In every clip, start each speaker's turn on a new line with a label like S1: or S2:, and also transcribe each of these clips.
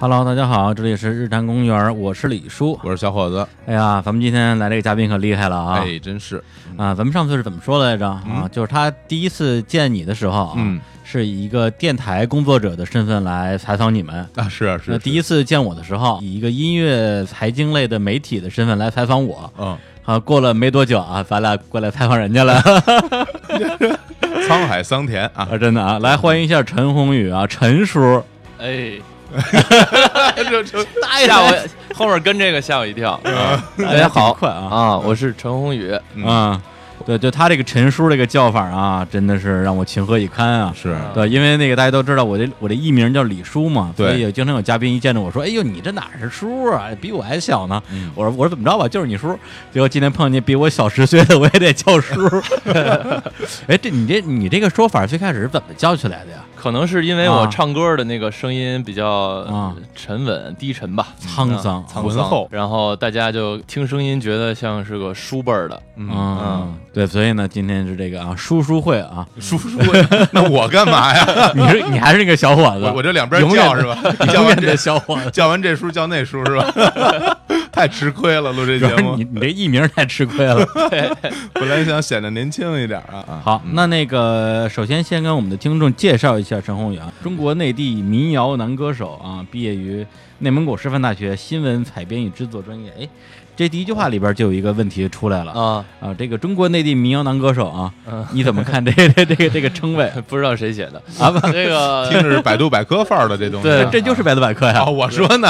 S1: Hello，大家好，这里是日坛公园，我是李叔。
S2: 我是小伙子，
S1: 哎呀，咱们今天来这个嘉宾可厉害了啊！
S2: 哎，真是，
S1: 啊，咱们上次是怎么说来着啊？就是他第一次见你的时候啊，
S2: 嗯
S1: 是以一个电台工作者的身份来采访你们。
S2: 啊，是啊是
S1: 那
S2: 是，
S1: 第一次见我的时候，以一个音乐财经类的媒体的身份来采访我。
S2: 嗯，
S1: 啊，过了没多久啊，咱俩过来采访人家了
S2: 沧海桑田啊，
S1: 啊，真的 啊！来欢迎一下陈宏宇啊，陈 叔，
S3: 哎，
S2: 这这
S1: 大
S3: 吓我后面跟这个吓我 一跳。
S1: 大家好，快啊！
S3: 啊，我是陈宏宇，
S2: 嗯
S1: 啊，对，就他这个陈叔这个叫法啊，真的是让我情何以堪啊！
S2: 是
S1: 对，因为那个大家都知道我这我这艺名叫李叔嘛，所以
S2: 对
S1: 有经常有嘉宾一见着我说：“哎呦，你这哪是叔啊，比我还小呢。
S2: 嗯
S1: 我说：“我说怎么着吧，就是你叔。”结果今天碰见比我小十岁的，我也得叫 叔。哎，这你这你这个说法最开始是怎么叫起来的呀？
S3: 可能是因为
S1: 啊
S3: 我唱歌的那个声音比
S1: 啊
S3: 较沉稳、低沉吧，嗯
S1: 沧桑，
S2: 沧
S1: 文
S2: 桑后
S3: 然后大家就听声音觉得像是个叔辈儿的，
S2: 嗯，
S1: 嗯，对，所以呢，今天是这个啊，叔叔会啊，
S2: 叔叔，那我干嘛呀？
S1: 你是你还是那个小伙子，
S2: 我我这两边
S1: 永远
S2: 叫
S1: 的
S2: 是吧？
S1: 永
S2: 叫
S1: 远
S2: 完
S1: 的
S2: 这
S1: 小伙子。
S2: 叫完这叔叫那叔是吧？ 太吃亏了，录这
S1: 主
S2: 节
S1: 要是
S2: 目
S1: 你，你这艺名太吃亏了。
S2: 本来想显得年轻一点啊啊，
S1: 好，那那个首先先跟我们的听众介绍一下陈宏宇啊，中国内地民谣男歌手啊，毕业于内蒙古师范大学新闻采编与制作专业。哎，这第一句话里边就有一个问题出来了啊
S3: 啊，
S1: 这个中国内地民谣男歌手啊，
S3: 嗯
S1: 你怎么看这个这个这个这个称谓
S3: 不知道谁写的
S1: 啊？不，
S3: 这
S2: 听
S3: 个。
S2: 着是百度百科范儿的这东西，
S3: 对
S1: 这就是百度百科呀、
S2: 啊，我说呢，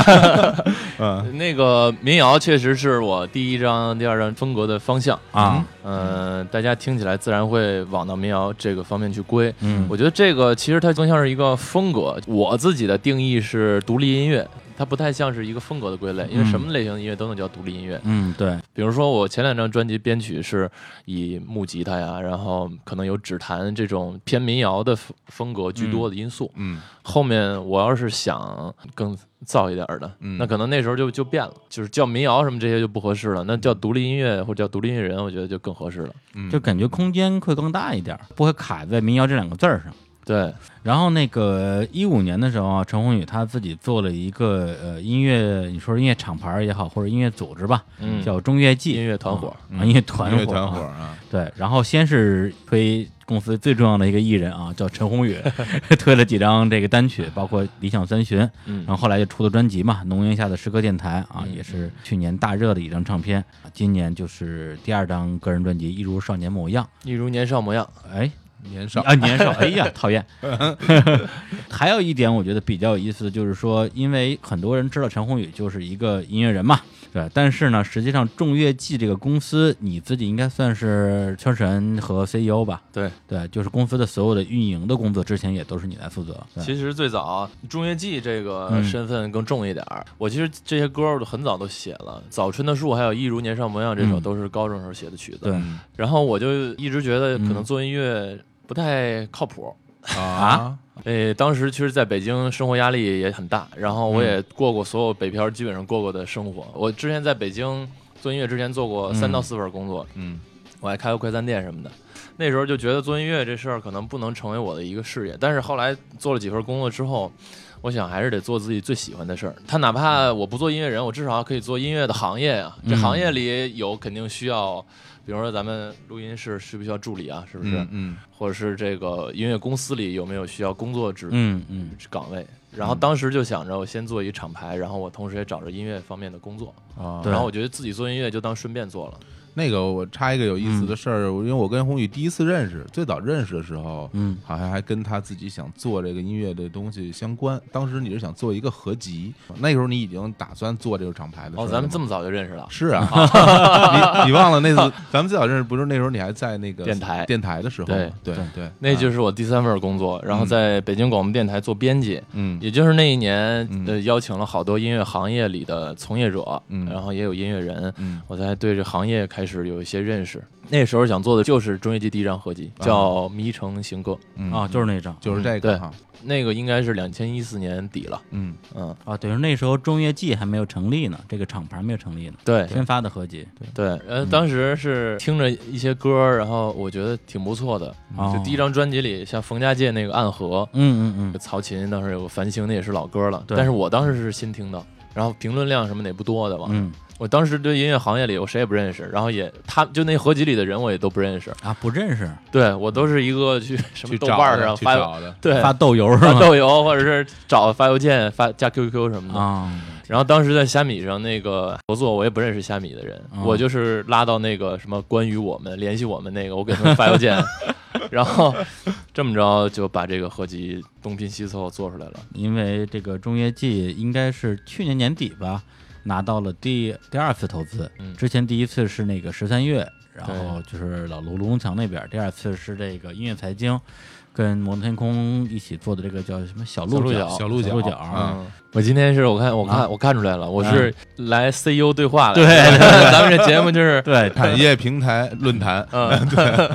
S2: 嗯
S3: 那个民谣确实是我第一张、第二张风格的方向，
S1: 啊，
S3: 嗯、大家听起来自然会往到民谣这个方面去归。
S1: 嗯
S3: 我觉得这个其实它更像是一个风格。我自己的定义是独立音乐，它不太像是一个风格的归类，
S2: 嗯
S3: 因为什么类型的音乐都能叫独立音乐。
S1: 嗯，对，
S3: 比如说我前两张专辑编曲是以木吉他呀，然后可能有指弹这种偏民谣的风风格居多的因素。
S2: 嗯
S3: 后面我要是想更燥一点儿的，
S2: 嗯
S3: 那可能那时候就就变了，就是叫民谣什么这些就不合适了，那叫独立音乐或者叫独立音乐人，我觉得就更合适了。
S2: 嗯，
S1: 就感觉空间会更大一点，不会卡在民谣这两个字儿上。
S3: 对，
S1: 然后那个一五年的时候啊，陈宏宇他自己做了一个呃音乐，你说是音乐厂牌儿也好，或者音乐组织吧，
S3: 嗯，
S1: 叫中乐季
S3: 音乐团伙，
S1: 啊，音乐团
S2: 音乐
S1: 伙，
S2: 团伙
S1: 啊
S2: 啊，
S1: 对。然后先是推公司最重要的一个艺人啊，叫陈宏 宇，推了几张这个单曲，包括《理想三旬》，
S3: 嗯
S1: 然后后来就出了专辑嘛，《浓烟下的诗歌电台》啊，
S3: 嗯
S1: 也是去年大热的一张唱片。啊今年就是第二张个人专辑《一如少年模样
S3: 一如年少模样。》，
S1: 哎，
S2: 年少，
S1: 啊，年少，哎 呀，讨厌。还有一点我觉得比较有意思，就是说，因为很多人知道陈宏宇就是一个音乐人嘛，对，但是呢，实际上众乐季这个公司，你自己应该算是创始人和 CEO 吧？
S3: 对，
S1: 对，就是公司的所有的运营的工作，之前也都是你来负责。对
S3: 其实最早中乐季这个
S1: 嗯
S3: 身份更重一点儿。我其实这些歌儿都很早都写了，《早春的树》还有《一如年少模样》这首
S1: 嗯
S3: 都是高中时候写的曲子。
S1: 对
S2: 嗯
S3: 然后我就一直觉得可能
S1: 嗯
S3: 做音乐不太靠谱。
S2: 啊，
S3: 诶，当时其实在北京生活压力也很大，然后我也过过所有北漂基本上过过的生活。我之前在北京做音乐之前做过三到四份工作，
S2: 嗯
S3: 我还开过快餐店什么的。那时候就觉得做音乐这事儿可能不能成为我的一个事业，但是后来做了几份工作之后，我想还是得做自己最喜欢的事儿。他哪怕我不做音乐人，我至少可以做音乐的行业啊。这
S1: 嗯
S3: 行业里有肯定需要，比如说咱们录音室需不需要助理啊？是不是？
S2: 嗯嗯
S3: 或者是这个音乐公司里有没有需要工作职
S1: 嗯嗯
S3: 岗位？然后当时就想着我先做一厂牌，然后我同时也找着音乐方面的工作。
S2: 啊
S1: 对
S3: 然后我觉得自己做音乐就当顺便做了。
S2: 那个我插一个有意
S3: 嗯
S2: 思的事儿，我因为我跟宏宇第一次认识，最早认识的时候，
S1: 嗯，
S2: 好像还跟他自己想做这个音乐的东西相关。当时你是想做一个合集，那时候你已经打算做这个厂牌的事儿
S3: 哦，
S2: 了吗
S3: 咱们这么早就认识了。
S2: 是 啊，你你忘了那次咱们最早认识，不是那时候你还在那个
S3: 电台
S2: 电台的时候
S3: 对
S2: 吗，对
S1: 对
S2: 对，
S3: 那就是是我第三份工作，然后
S2: 嗯
S3: 在北京广播电台做编辑，
S2: 嗯
S3: 也就是那一年，
S2: 嗯
S3: 呃，邀请了好多音乐行业里的从业者，
S2: 嗯
S3: 然后也有音乐人，
S2: 嗯
S3: 我才对这行业开始有一些认识。那时候想做的就是中乐季第一张合集，
S2: 啊
S3: 叫《迷城行歌》，
S2: 嗯
S1: 啊，就是那张
S2: 就是这
S3: 对
S2: 个哈，
S3: 那个应该是两千一四年底了。
S2: 嗯，
S3: 嗯，
S1: 啊，对，那时候中乐季还没有成立呢，这个厂牌没有成立呢，
S3: 对
S1: 先发的合集，
S3: 对，
S2: 嗯
S3: 呃，当时是听着一些歌儿，然后我觉得挺不错的。
S1: 哦
S3: 就第一张专辑里，像冯家界那个《暗河》，
S1: 嗯嗯嗯，
S3: 曹琴当时有个《繁星》，那也是老歌了，
S1: 对
S3: 但是我当时是新听的。然后评论量什么的也不多的吧，
S1: 嗯
S3: 我当时对音乐行业里我谁也不认识，然后也他就那合集里的人我也都不认识，
S1: 啊，不认识，
S3: 对我都是一个
S1: 嗯
S3: 去什么
S2: 去
S3: 豆
S2: 找
S3: 瓣儿
S2: 的
S3: 上
S2: 去
S3: 发
S2: 找的，
S3: 对
S1: 发豆油是
S3: 发
S1: 吗？
S3: 豆油或者是找发邮件发加 QQ 什么的。
S1: 啊，
S3: 然后当时在虾米上那个合作，我也不认识虾米的人，
S1: 哦
S3: 我就是拉到那个什么关于我们联系我们那个，我给他们发邮 件，然后这么着就把这个合集东拼西凑做出来了。
S1: 因为这个中乐季应该是去年年底吧，拿到了第第二次投资，
S3: 嗯
S1: 之前第一次是那个十三月，然后就是老卢卢龙强那边，第二次是这个音乐财经。跟摩登天空一起做的这个叫什么小
S3: 小鹿
S1: 鹿
S3: 角
S1: 角，
S2: 小
S1: 鹿
S2: 鹿
S1: 角，
S2: 角
S1: 啊，
S2: 嗯
S3: 我今天是我看我看、
S1: 啊
S3: 我看出来了，我是来 CEO 对话来的。
S1: 对
S3: 咱们这节目 就是
S1: 对，
S2: 产业平台论坛，
S3: 嗯，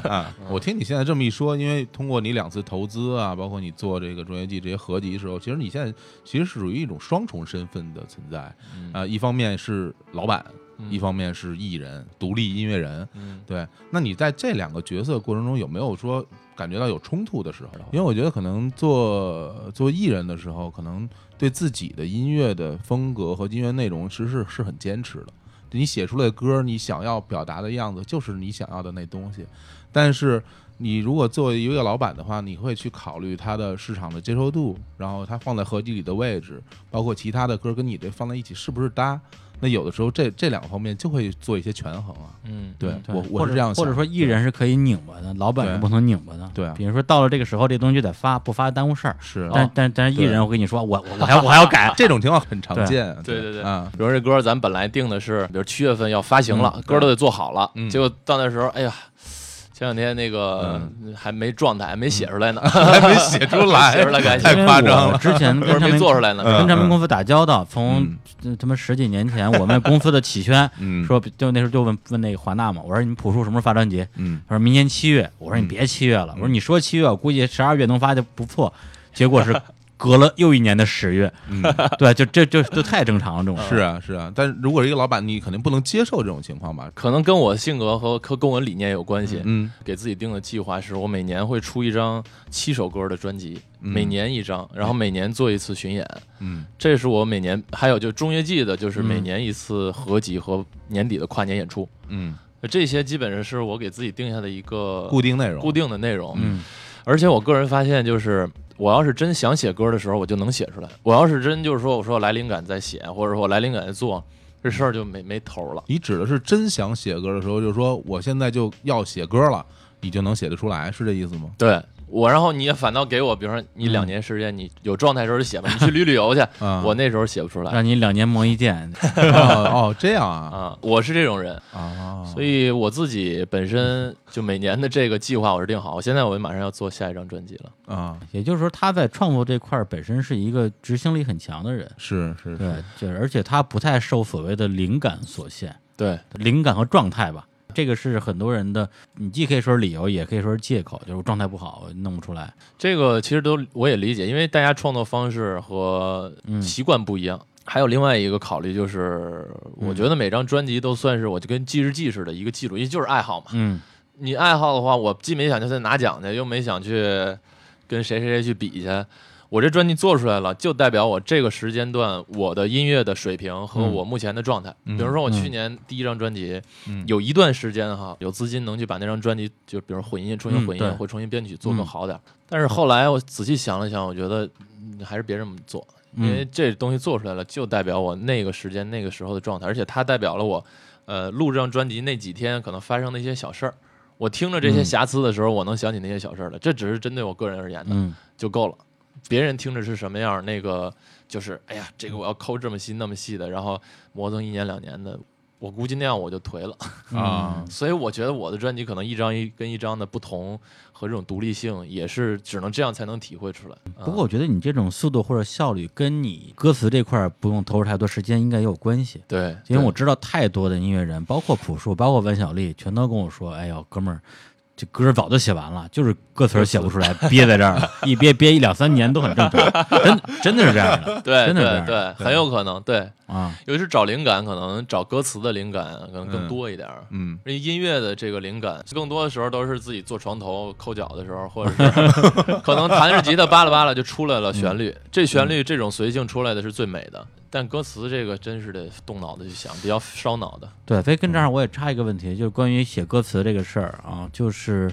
S2: 啊，我听你现在这么一说，因为通过你两次投资啊，包括你做这个中业记这些合集的时候，其实你现在其实是属于一种双重身份的存在啊、
S3: 嗯
S2: 一方面是老板，一方面是艺人、独立音乐人。
S3: 嗯
S2: 对，那你在这两个角色过程中有没有说感觉到有冲突的时候？因为我觉得可能做做艺人的时候，可能对自己的音乐的风格和音乐内容其实是是很坚持的。你写出来的歌，你想要表达的样子就是你想要的那东西，但是你如果作为一个老板的话，你会去考虑它的市场的接受度，然后它放在合集里的位置，包括其他的歌跟你这放在一起是不是搭？那有的时候这这两个方面就会做一些权衡啊。
S3: 嗯，
S2: 对
S1: 对
S2: 我
S1: 或
S2: 我
S1: 者
S2: 是这样想
S1: 或者说艺人是可以拧巴的，老板
S2: 对
S1: 是不能拧巴的。
S2: 对啊
S1: 比如说到了这个时候，这东西就得发，不发耽误事儿。
S2: 是啊
S1: 但
S3: 哦
S1: 但但是艺
S2: 对。
S1: 人，我跟你说，我我我还我还要改
S2: 这种情况很常
S1: 对
S2: 见。
S3: 对对对
S2: 啊，
S3: 比如这歌咱本来定的是，比如七月份要发行了，歌都得做好了，
S2: 嗯
S3: 结果到那时候，哎呀，前两天那个
S1: 嗯
S3: 还没状态，还没写出来呢，
S2: 还没写出来，
S3: 写出来感
S2: 太
S3: 觉
S2: 夸张了。
S1: 之前
S3: 歌
S1: 嗯跟嗯 唱
S3: 没
S1: 片
S3: 做出来呢。
S1: 跟唱片公司打交道，从
S2: 嗯
S1: 呃他妈十几年前，我们公司的启轩
S2: 嗯
S1: 说，就那时候就问问那个华纳嘛，我说你们朴树什么时候发专辑？
S2: 嗯，
S1: 他说明年七月。我说你别七月了，我说你说七月，我估计十二月能发就不错。结果是隔了又一年的十月，
S2: 嗯
S1: 对，就这就就太正常了，这种
S2: 是
S1: 事。
S2: 啊是啊，但是如果是一个老板，你肯定不能接受这种情况吧？
S3: 可能跟我性格和和跟我理念有关系。
S2: 嗯
S3: 给自己定的计划是我每年会出一张七首歌的专辑，
S1: 嗯
S3: 每年一张，然后每年做一次巡演。
S2: 嗯
S3: 这是我每年还有就是中乐季的，就是每年一次合集和年底的跨年演出。
S2: 嗯，
S3: 这些基本上是我给自己定下的一个
S2: 固定内容，
S3: 呃固定的内容。
S1: 嗯，
S3: 而且我个人发现，就是我要是真想写歌的时候，我就能写出来；我要是真就是说，我说我来灵感再写，或者说我来灵感再做，这事儿就没没头儿了。
S2: 你指的是真想写歌的时候，就是说我现在就要写歌了，你就能写得出来，是这意思 吗？
S3: 对我，然后你也反倒给我，比如说你两年时间，你有状态的时候就写吧，你去旅旅游去，
S2: 啊，
S3: 我那时候写不出来
S1: 让你两年磨一剑，
S2: 哦哦这样啊
S3: 啊，我是这种人，
S2: 啊，
S3: 所以我自己本身就每年的这个计划我是定好，我现在我马上要做下一张专辑了。
S2: 啊
S1: 也就是说，他在创作这块儿本身是一个执行力很强的人，
S2: 是是是，
S1: 对，就是而且他不太受所谓的灵感所限，
S3: 对，
S1: 灵感和状态吧，这个是很多人的，你既可以说是理由，也可以说是借口，就是我状态不好，我弄不出来。
S3: 这个其实都我也理解，因为大家创作方式和
S1: 嗯
S3: 习惯不一样。还有另外一个考虑就是，我觉得每张专辑都算是我就跟记日记似的一个记录，因为就是爱好嘛。
S1: 嗯，
S3: 你爱好的话，我既没想去拿奖去，又没想去跟谁谁谁去比去。我这专辑做出来了，就代表我这个时间段我的音乐的水平和
S1: 嗯
S3: 我目前的状态。
S2: 嗯
S3: 比如说我
S1: 嗯
S3: 去年第一张专辑，
S2: 嗯
S3: 有一段时间哈，有资金能去把那张专辑，就比如混音、重新混音、
S1: 嗯对
S3: 或重新编曲做更好点儿。但是后来我仔细想了想，我觉得嗯还是别这么做，因为
S1: 嗯
S3: 这东西做出来了，就代表我那个时间、那个时候的状态，而且它代表了我，呃，录这张专辑那几天可能发生的一些小事儿。我听着这些
S1: 嗯
S3: 瑕疵的时候，我能想起那些小事儿了。这只是针对我个人而言的，
S1: 嗯
S3: 就够了。别人听着是什么样儿，那个就是，哎呀，这个我要抠这么细那么细的，然后磨蹭一年两年的，我估计那样我就颓了。
S2: 啊，
S3: 所以我觉得我的专辑可能一张一跟一张的不同和这种独立性，也是只能这样才能体会出来。啊
S1: 不过我觉得你这种速度或者效率，跟你歌词这块儿不用投入太多时间，应该也有关系。
S3: 对，
S1: 因为我
S3: 对
S1: 知道太多的音乐人，包括朴树，包括文小利，全都跟我说：“哎呦，哥们儿，这歌儿早就写完了，就是歌词儿写不出来， 憋在这儿了，一憋憋一两三年都很正常。”真真的是这样的，
S3: 对
S1: 真的是这
S3: 对
S1: 样的
S3: 对，很有可能对，
S1: 啊，
S3: 尤其是找灵感，可能找歌词的灵感可能更多一点儿。
S2: 嗯，
S3: 因为音乐的这个灵感，更多的时候都是自己坐床头抠脚的时候，或者是 可能弹着吉他扒拉扒拉就出来了旋
S1: 嗯
S3: 律。这旋律这种随性出来的是最美的，但歌词这个真是得动脑子去想，比较烧脑的。
S1: 对。所以跟这
S3: 嗯
S1: 儿我也插一个问题，就是关于写歌词这个事儿啊，就是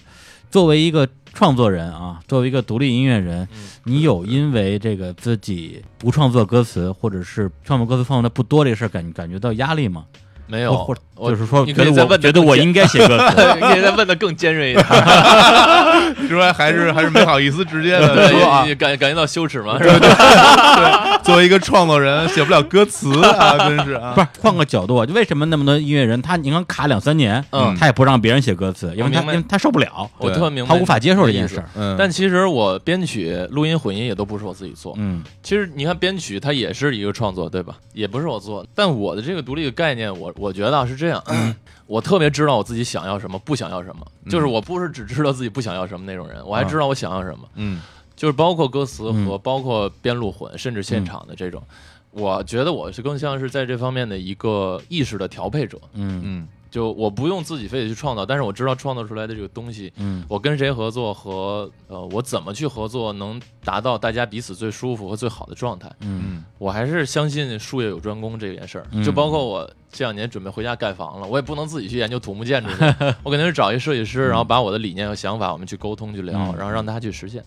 S1: 作为一个创作人啊，作为一个独立音乐人，
S3: 嗯
S1: 你有因为这个自己不创作歌词，或者是创作歌词创作的不多这个事儿感感觉到压力吗？
S3: 没
S1: 或
S3: 有
S1: 或，
S3: 我
S1: 就是 说，
S3: 你
S1: 觉
S3: 可
S1: 得
S3: 以再
S1: 我
S3: 问
S1: 觉得我应该写歌词。
S3: 你可以再问的更尖锐一点，
S2: 之外还是还是没好意思直接 的说啊
S3: 对，，也感感觉到羞耻吗？是吧？
S2: 作为一个创作人，写不了歌词啊，真是啊
S1: 不，是换个角度啊，就为什么那么多音乐人他你看卡两三年，
S3: 嗯
S1: 他也不让别人写歌词，因为他
S3: 明白
S1: 因为他受不了，
S3: 我特明
S1: 他
S3: 白，
S1: 无法接受这件事儿。。
S2: 嗯，
S3: 但其实我编曲、录音、混音也都不是我自己做。
S1: 嗯
S3: 其实你看编曲，它也是一个创作，对吧？也不是我做的。但我的这个独立的概念，我我觉得啊是这样，
S1: 嗯
S3: 我特别知道我自己想要什么，不想要什么。就是我不是只知道自己不想要什么那种人，我还知道我想要什么。
S2: 嗯
S3: 就是包括歌词
S1: 嗯
S3: 和包括编录混，甚至现场的这种。我觉得我是更像是在这方面的一个意识的调配者，
S1: 嗯
S2: 嗯
S3: 就我不用自己非得去创造，但是我知道创造出来的这个东西，
S1: 嗯
S3: 我跟谁合作和呃我怎么去合作能达到大家彼此最舒服和最好的状态，
S1: 嗯
S2: 嗯
S3: 我还是相信术业有专攻这件事儿。
S1: 嗯
S3: 就包括我这两年准备回家盖房了，我也不能自己去研究土木建筑去， 我肯定是找一设计师，然后把我的理念和想法我们去沟通去聊，
S1: 嗯
S3: 然后让他去实现。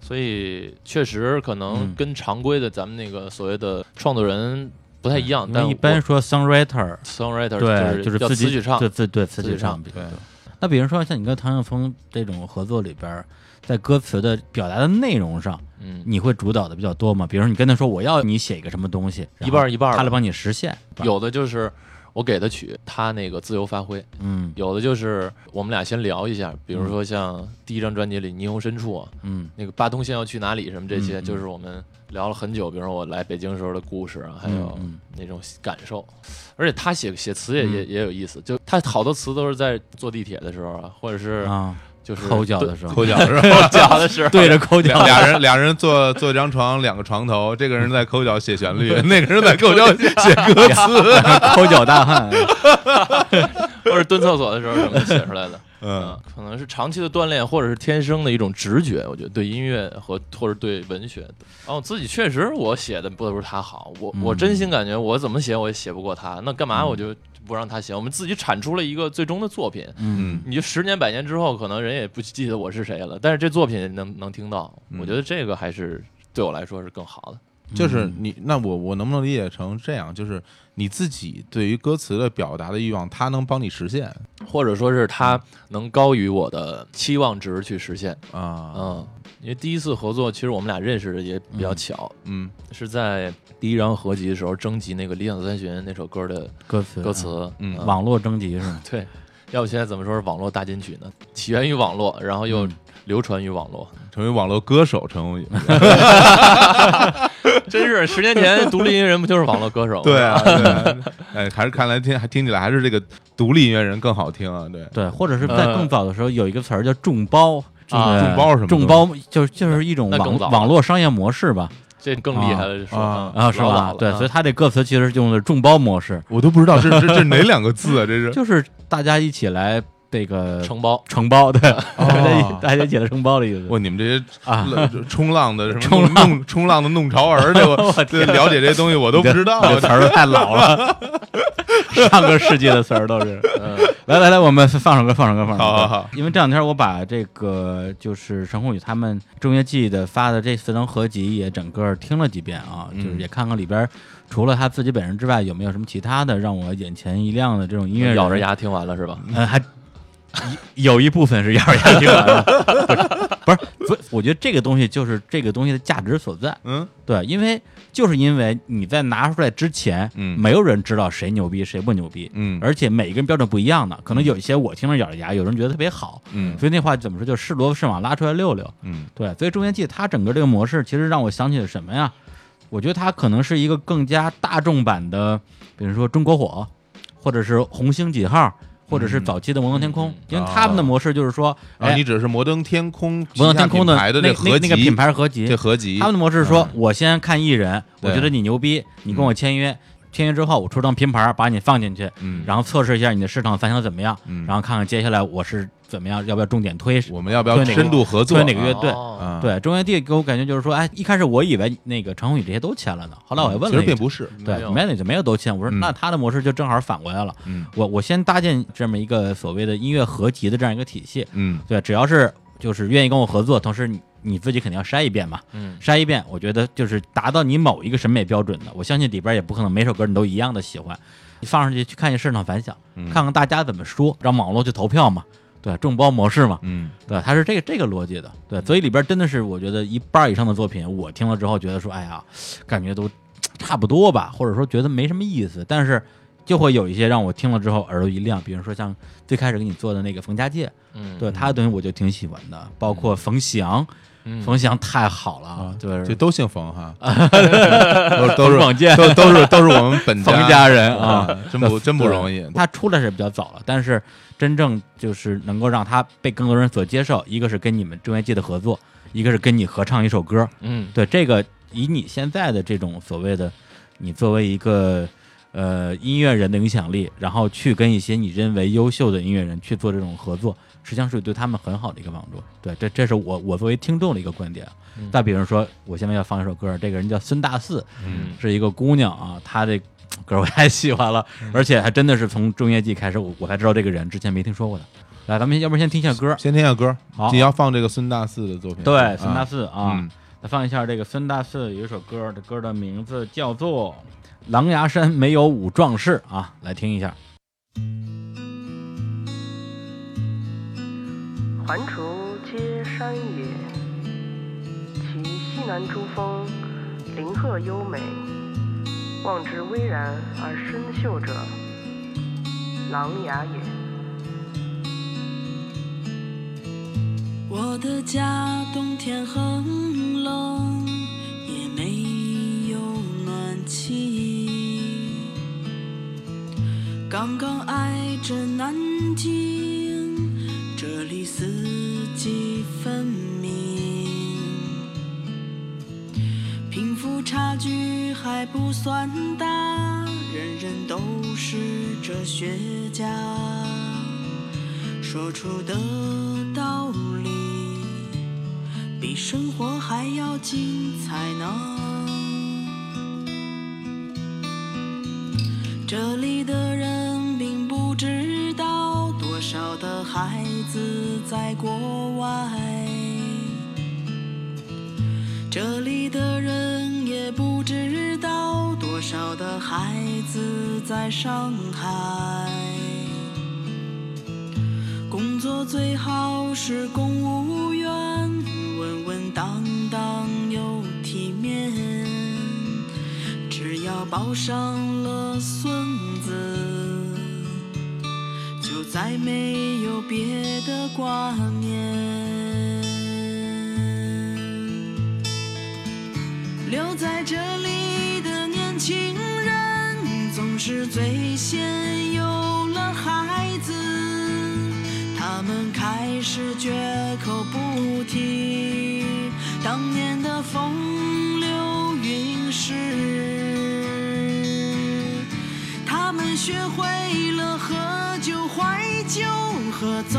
S3: 所以确实可能
S1: 嗯
S3: 跟常规的咱们那个所谓的创作人不太一样，
S1: 嗯因
S3: 嗯但
S1: 为一般说 songwriter，
S3: songwriter
S1: 对，
S3: 就是叫
S1: 自
S3: 词
S1: 己
S3: 曲唱，
S1: 对自对词
S3: 词曲
S1: 曲
S3: 唱
S1: 唱比较
S2: 对
S1: 多。那比如说像你跟唐晓峰这种合作里边儿，在歌词的表达的内容上，
S3: 嗯，
S1: 你会主导的比较多吗？比如说你跟他说我要你写一个什么东西，然
S3: 一
S1: 后
S3: 半儿一半儿
S1: 他来
S3: 吧
S1: 帮你实现。
S3: 有的就是我给的曲，他那个自由发挥。
S1: 嗯
S3: 有的就是我们俩先聊一下，比如说像第一张专辑里《霓虹深处》啊，
S1: 嗯
S3: 那个八通线要去哪里什么这些，
S1: 嗯嗯
S3: 就是我们聊了很久。比如说我来北京时候的故事啊，还有
S1: 嗯
S3: 那种感受。而且他写写词也
S1: 嗯
S3: 也也有意思，就他好多词都是在坐地铁的时候啊，或者是
S1: 啊，
S3: 就是
S1: 抠脚的时候，
S2: 抠 脚是吧？
S3: 抠 脚的时候，
S1: 对着抠脚
S2: 俩俩人俩人坐坐一张床，两个床头，这个人在抠脚写旋 律，那个人在抠脚写歌 词。
S1: 抠脚大汉。
S3: 或者蹲厕所的时候什么的写出来的。
S2: 嗯，
S3: 啊可能是长期的锻炼，或者是天生的一种直觉，我觉得对音乐和或者对文学。哦，自己确实我写的不如他好，我、
S1: 嗯
S3: 我真心感觉我怎么写我也写不过他，那干嘛我就不让他写？我们自己产出了一个最终的作品，
S1: 嗯
S3: 你就十年百年之后，可能人也不记得我是谁了，但是这作品能能听到，
S2: 嗯
S3: 我觉得这个还是对我来说是更好的。
S2: 就是你那我我能不能理解成这样？就是你自己对于歌词的表达的欲望，他能帮你实现
S3: 或者说是他能高于我的期望值去实现，
S2: 啊？
S3: 嗯，因为第一次合作，其实我们俩认识的也比较巧，
S2: 嗯
S3: 是在第一张合集的时候征集那个《理想三旬》那首歌的
S1: 歌词
S3: 歌词，
S2: 嗯
S3: 啊
S1: 网络征集是吗？
S3: 对，要不现在怎么说是网络大金曲呢？起源于网络，然后又
S1: 嗯
S3: 流传于网络，
S2: 成为网络歌手，陈 红宇。
S3: 真是十年前独立音乐人不就是网络歌 手吗？
S2: 对啊， 对啊，哎，还是看来听还听起来还是这个独立音乐人更好听啊。对，
S1: 对，或者是在更早的时候有一个词儿叫“众包”，
S3: 呃啊
S1: 呃
S2: 众包是什么
S1: 众包就是就是一种
S3: 那
S1: 网
S3: 更早了
S1: 网络商业模式吧？
S3: 这更厉害了，这说
S2: 啊
S1: 啊，是吧？对，
S3: 嗯
S1: 所以他这歌词其实用的“众包”模式，
S2: 我都不知道这这这哪两个字啊？这 是
S1: 就是大家一起来这个
S3: 承包
S1: 承包，对，
S2: 哦
S1: 大家一起来承包的意思
S2: 哇，你们这些
S1: 啊。
S2: 浪冲浪的什么
S1: 冲
S2: 弄弄冲浪的弄潮儿，这
S1: 我
S2: 我
S1: 天
S2: 这了解这些东西我都不知道。啊
S1: 这词儿太老 了，上个世纪的词儿都是。
S3: 嗯
S1: 来来来，我们放首歌，放首歌，放首歌。
S2: 好好好
S1: 因为这两天我把这个就是陈宏宇他们中乐记的发的这四张合集也整个听了几遍啊，
S2: 嗯
S1: 就是也看看里边除了他自己本人之外，有没有什么其他的让我眼前一亮的这种音乐人啊
S3: 咬着，牙
S1: 呃
S3: 听完了是吧？
S1: 嗯，还有有一部分是咬着牙听完了，不是不是所以我觉得这个东西就是这个东西的价值所在。
S2: 嗯，
S1: 对，因为就是因为你在拿出来之前，
S2: 嗯
S1: 没有人知道谁牛逼谁不牛逼，
S2: 嗯
S1: 而且每个人标准不一样的，可能有一些我听着咬着牙，有人觉得特别好，
S2: 嗯
S1: 所以那话怎么说，就是萝卜是往拉出来溜溜。
S2: 嗯
S1: 对，所以中间记它整个这个模式，其实让我想起了什么呀？我觉得它可能是一个更加大众版的，比如说中国火，或者是红星几号，或者是早期的摩登天
S2: 嗯
S1: 空，因为他们的模式就是说，
S2: 啊，
S1: 哎
S2: 你，指的是摩登天空
S1: 摩登天空
S2: 旗下品
S1: 那
S2: 牌的
S1: 那
S2: 这合
S1: 那
S2: 集
S1: 个品牌合集
S2: 这，合集嗯
S1: 他们的模式是说，我先看艺人，我
S2: 对
S1: 觉得你牛逼，你跟我签约，签约之后我出张拼盘把你放进去，
S2: 嗯
S1: 然后测试一下你的市场反响怎么样，
S2: 嗯
S1: 然后看看接下来我是怎么样，要不要重点推，
S2: 我们要不要
S1: 推哪个
S2: 深度合作
S1: 推哪个乐
S2: 啊
S1: 队。
S3: 哦
S2: 啊？
S1: 对，中原地给我感觉就是说，哎，一开始我以为那个常宏宇这些都签了呢，后来我还问
S2: 嗯其
S1: 了
S2: 实
S1: 一句，
S2: 并不是，
S1: 对
S3: 没有
S1: m a n a g 没有都签，我说、
S2: 嗯
S1: 那他的模式就正好反过来了，
S2: 嗯
S1: 我我先搭建这么一个所谓的音乐合集的这样一个体系，
S2: 嗯
S1: 对，只要是就是愿意跟我合作，同时你你自己肯定要筛一遍嘛，
S3: 嗯，
S1: 筛一遍，我觉得就是达到你某一个审美标准的，我相信里边也不可能每首歌你都一样的喜欢，你放上去去看一下市场反响，
S2: 嗯
S1: 看看大家怎么说，让网络去投票嘛，对，众包模式嘛，
S2: 嗯
S1: 对，它是这个这个逻辑的，对，所以里边真的是我觉得一半以上的作品，我听了之后觉得说，哎呀，感觉都差不多吧，或者说觉得没什么意思，但是就会有一些让我听了之后耳朵一亮，比如说像最开始给你做的那个冯家界，
S3: 嗯
S1: 对他的东西我就挺喜欢的，包括冯翔，
S3: 嗯
S1: 冯翔太好了，就
S2: 这
S1: 是
S2: 都姓冯 哈，都都是
S1: 广建
S2: 都都是都是我们本
S1: 冯家人啊，，
S2: 真不真不容易。
S1: 他出来是比较早了，但是真正就是能够让他被更多人所接受，一个是跟你们中原界的合作，一个是跟你合唱一首歌，
S3: 嗯
S1: 对这个，以你现在的这种所谓的，你作为一个呃音乐人的影响力，然后去跟一些你认为优秀的音乐人去做这种合作，实际上是对他们很好的一个帮助。对，这这是我我作为听众的一个观点。啊再比如说，我现在要放一首歌，这个人叫孙大四，
S3: 嗯
S1: 是一个姑娘啊，她这歌我太喜欢了，
S3: 嗯
S1: 而且还真的是从中乐季开始，我我才知道这个人，之前没听说过的。来，咱们要不然先听一下歌。
S2: 先听下歌
S1: 好，
S2: 你要放这个孙大四的作品，
S1: 对，孙大
S2: 啊
S1: 四啊，
S2: 嗯
S1: 再放一下这个孙大四有一首歌，这歌的名字叫做《狼牙山没有五壮士》啊，来听一下。
S4: 环滁皆山也，其西南诸峰，林壑优美，望之巍然而深秀者，琅琊也。
S5: 我的家冬天很冷，也没有暖气。刚刚挨着南京，这里四季分明，贫富差距还不算大，人人都是哲学家。说出的道理，比生活还要精彩呢。这里的人并不知道，多少的孩子在国外。这里的人也不知道，多少的孩子在上海。工作最好是公务员，稳稳当当又体面。只要抱上了孙子，就再没有别的挂念。留在这里的年轻人，总是最先有了孩子，他们开始绝口不提当年的风流韵事。他们学会了喝酒怀旧和走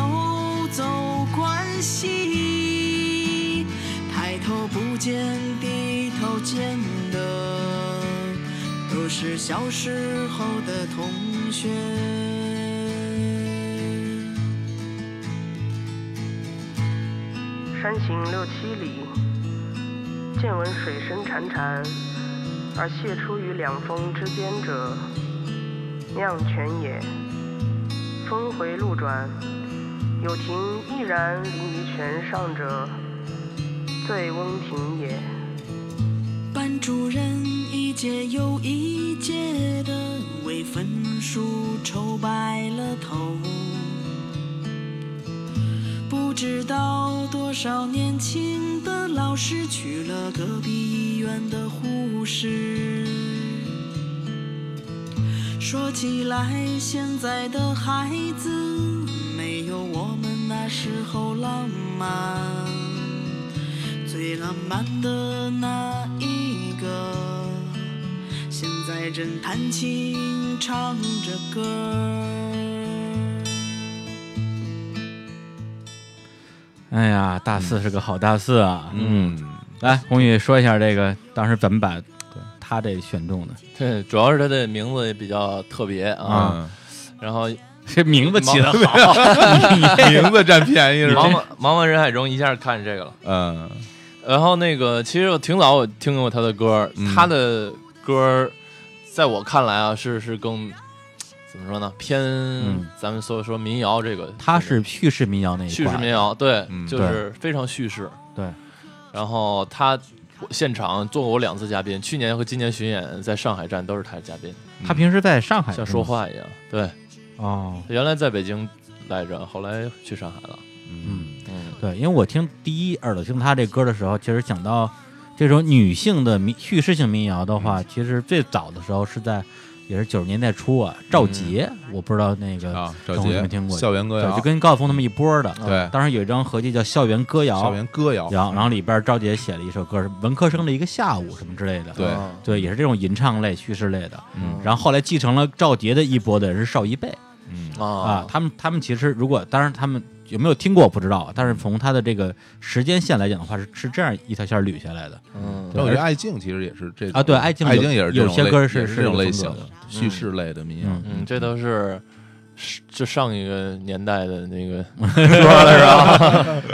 S5: 走关系，抬头不见低头见的都是小时候的同学。
S4: 山行六七里，见闻水声潺潺，而泻出于两峰之间者，酿泉也。峰回路转，有亭毅然临于泉上者，醉翁亭也。
S5: 班主任一届又一届的为分数愁白了头，不知道多少年轻的老师娶了隔壁医院的护士。说起来，现在的孩子没有我们那时候浪漫，最浪漫的那一个，现在正弹琴唱着歌儿。
S1: 哎呀，大四是个好大四啊！
S2: 嗯，
S1: 来，红宇说一下这个当时怎么把他这选中的？
S3: 对，主要是他的名字也比较特别啊，
S2: 嗯，
S3: 然后
S1: 这 名字起的好，
S2: 名字占便宜是
S3: 茫
S2: 吧？
S3: 茫茫茫人海中一下看这个了。
S2: 嗯
S3: 然后那个，其实我挺早我听过他的歌，
S2: 嗯
S3: 他的歌在我看来啊，是是更怎么说呢，偏、咱们所说民谣这个，
S1: 他是叙事民谣那一
S3: 叙
S1: 块
S3: 事
S1: 儿
S3: 民谣，对，
S2: 嗯
S3: 就是非常叙事。
S1: 对，
S3: 然后他现场做过我两次嘉宾，去年和今年巡演在上海站都是他的嘉宾，
S1: 他平时在上海
S3: 像
S1: 是
S3: 说
S1: 吗
S3: 话一样。对，
S1: 哦，
S3: 原来在北京来着，后来去上海了。
S1: 嗯，
S3: 嗯，
S1: 对，因为我听第一耳朵听他这歌的时候，其实想到这种女性的民叙事性民谣的话，
S2: 嗯
S1: 其实最早的时候是在也是九十年代初啊，赵杰，我不知道那个
S2: 嗯啊，
S1: 郑
S2: 赵
S1: 红有没
S2: 杰
S1: 有听过，
S2: 校园歌
S1: 对，
S2: 谣
S1: 就，跟高晓松他们一波的。啊
S2: 对
S1: 当时有一张合集叫《校园歌谣
S2: 校》，园嗯歌谣，
S1: 然后然后里边赵杰写了一首歌是文科生的一个下午什么之类的，
S2: 对
S3: 啊
S1: 对，也是这种吟唱类、叙事类的。
S2: 嗯
S1: 然后后来继承了赵杰的一波的人是邵一贝
S2: 嗯
S1: 啊
S3: 啊，，
S1: 他们他们其实如果当然他们有没有听过我不知道啊，但是从他的这个时间线来讲的话，是是这样一条线捋下 来的
S3: 嗯
S2: 那我觉得艾静其实也是这
S1: 啊。对，爱
S2: 静
S1: 静有
S2: 艾也是这
S1: 有
S2: 种
S1: 些
S2: 类
S1: 歌
S2: 也
S1: 是
S2: 是
S1: 是
S2: 这种类
S1: 风
S2: 型
S1: 格的，
S2: 叙事类的啊民谣，
S1: 嗯
S3: 嗯，这都是是这上一个年代的那个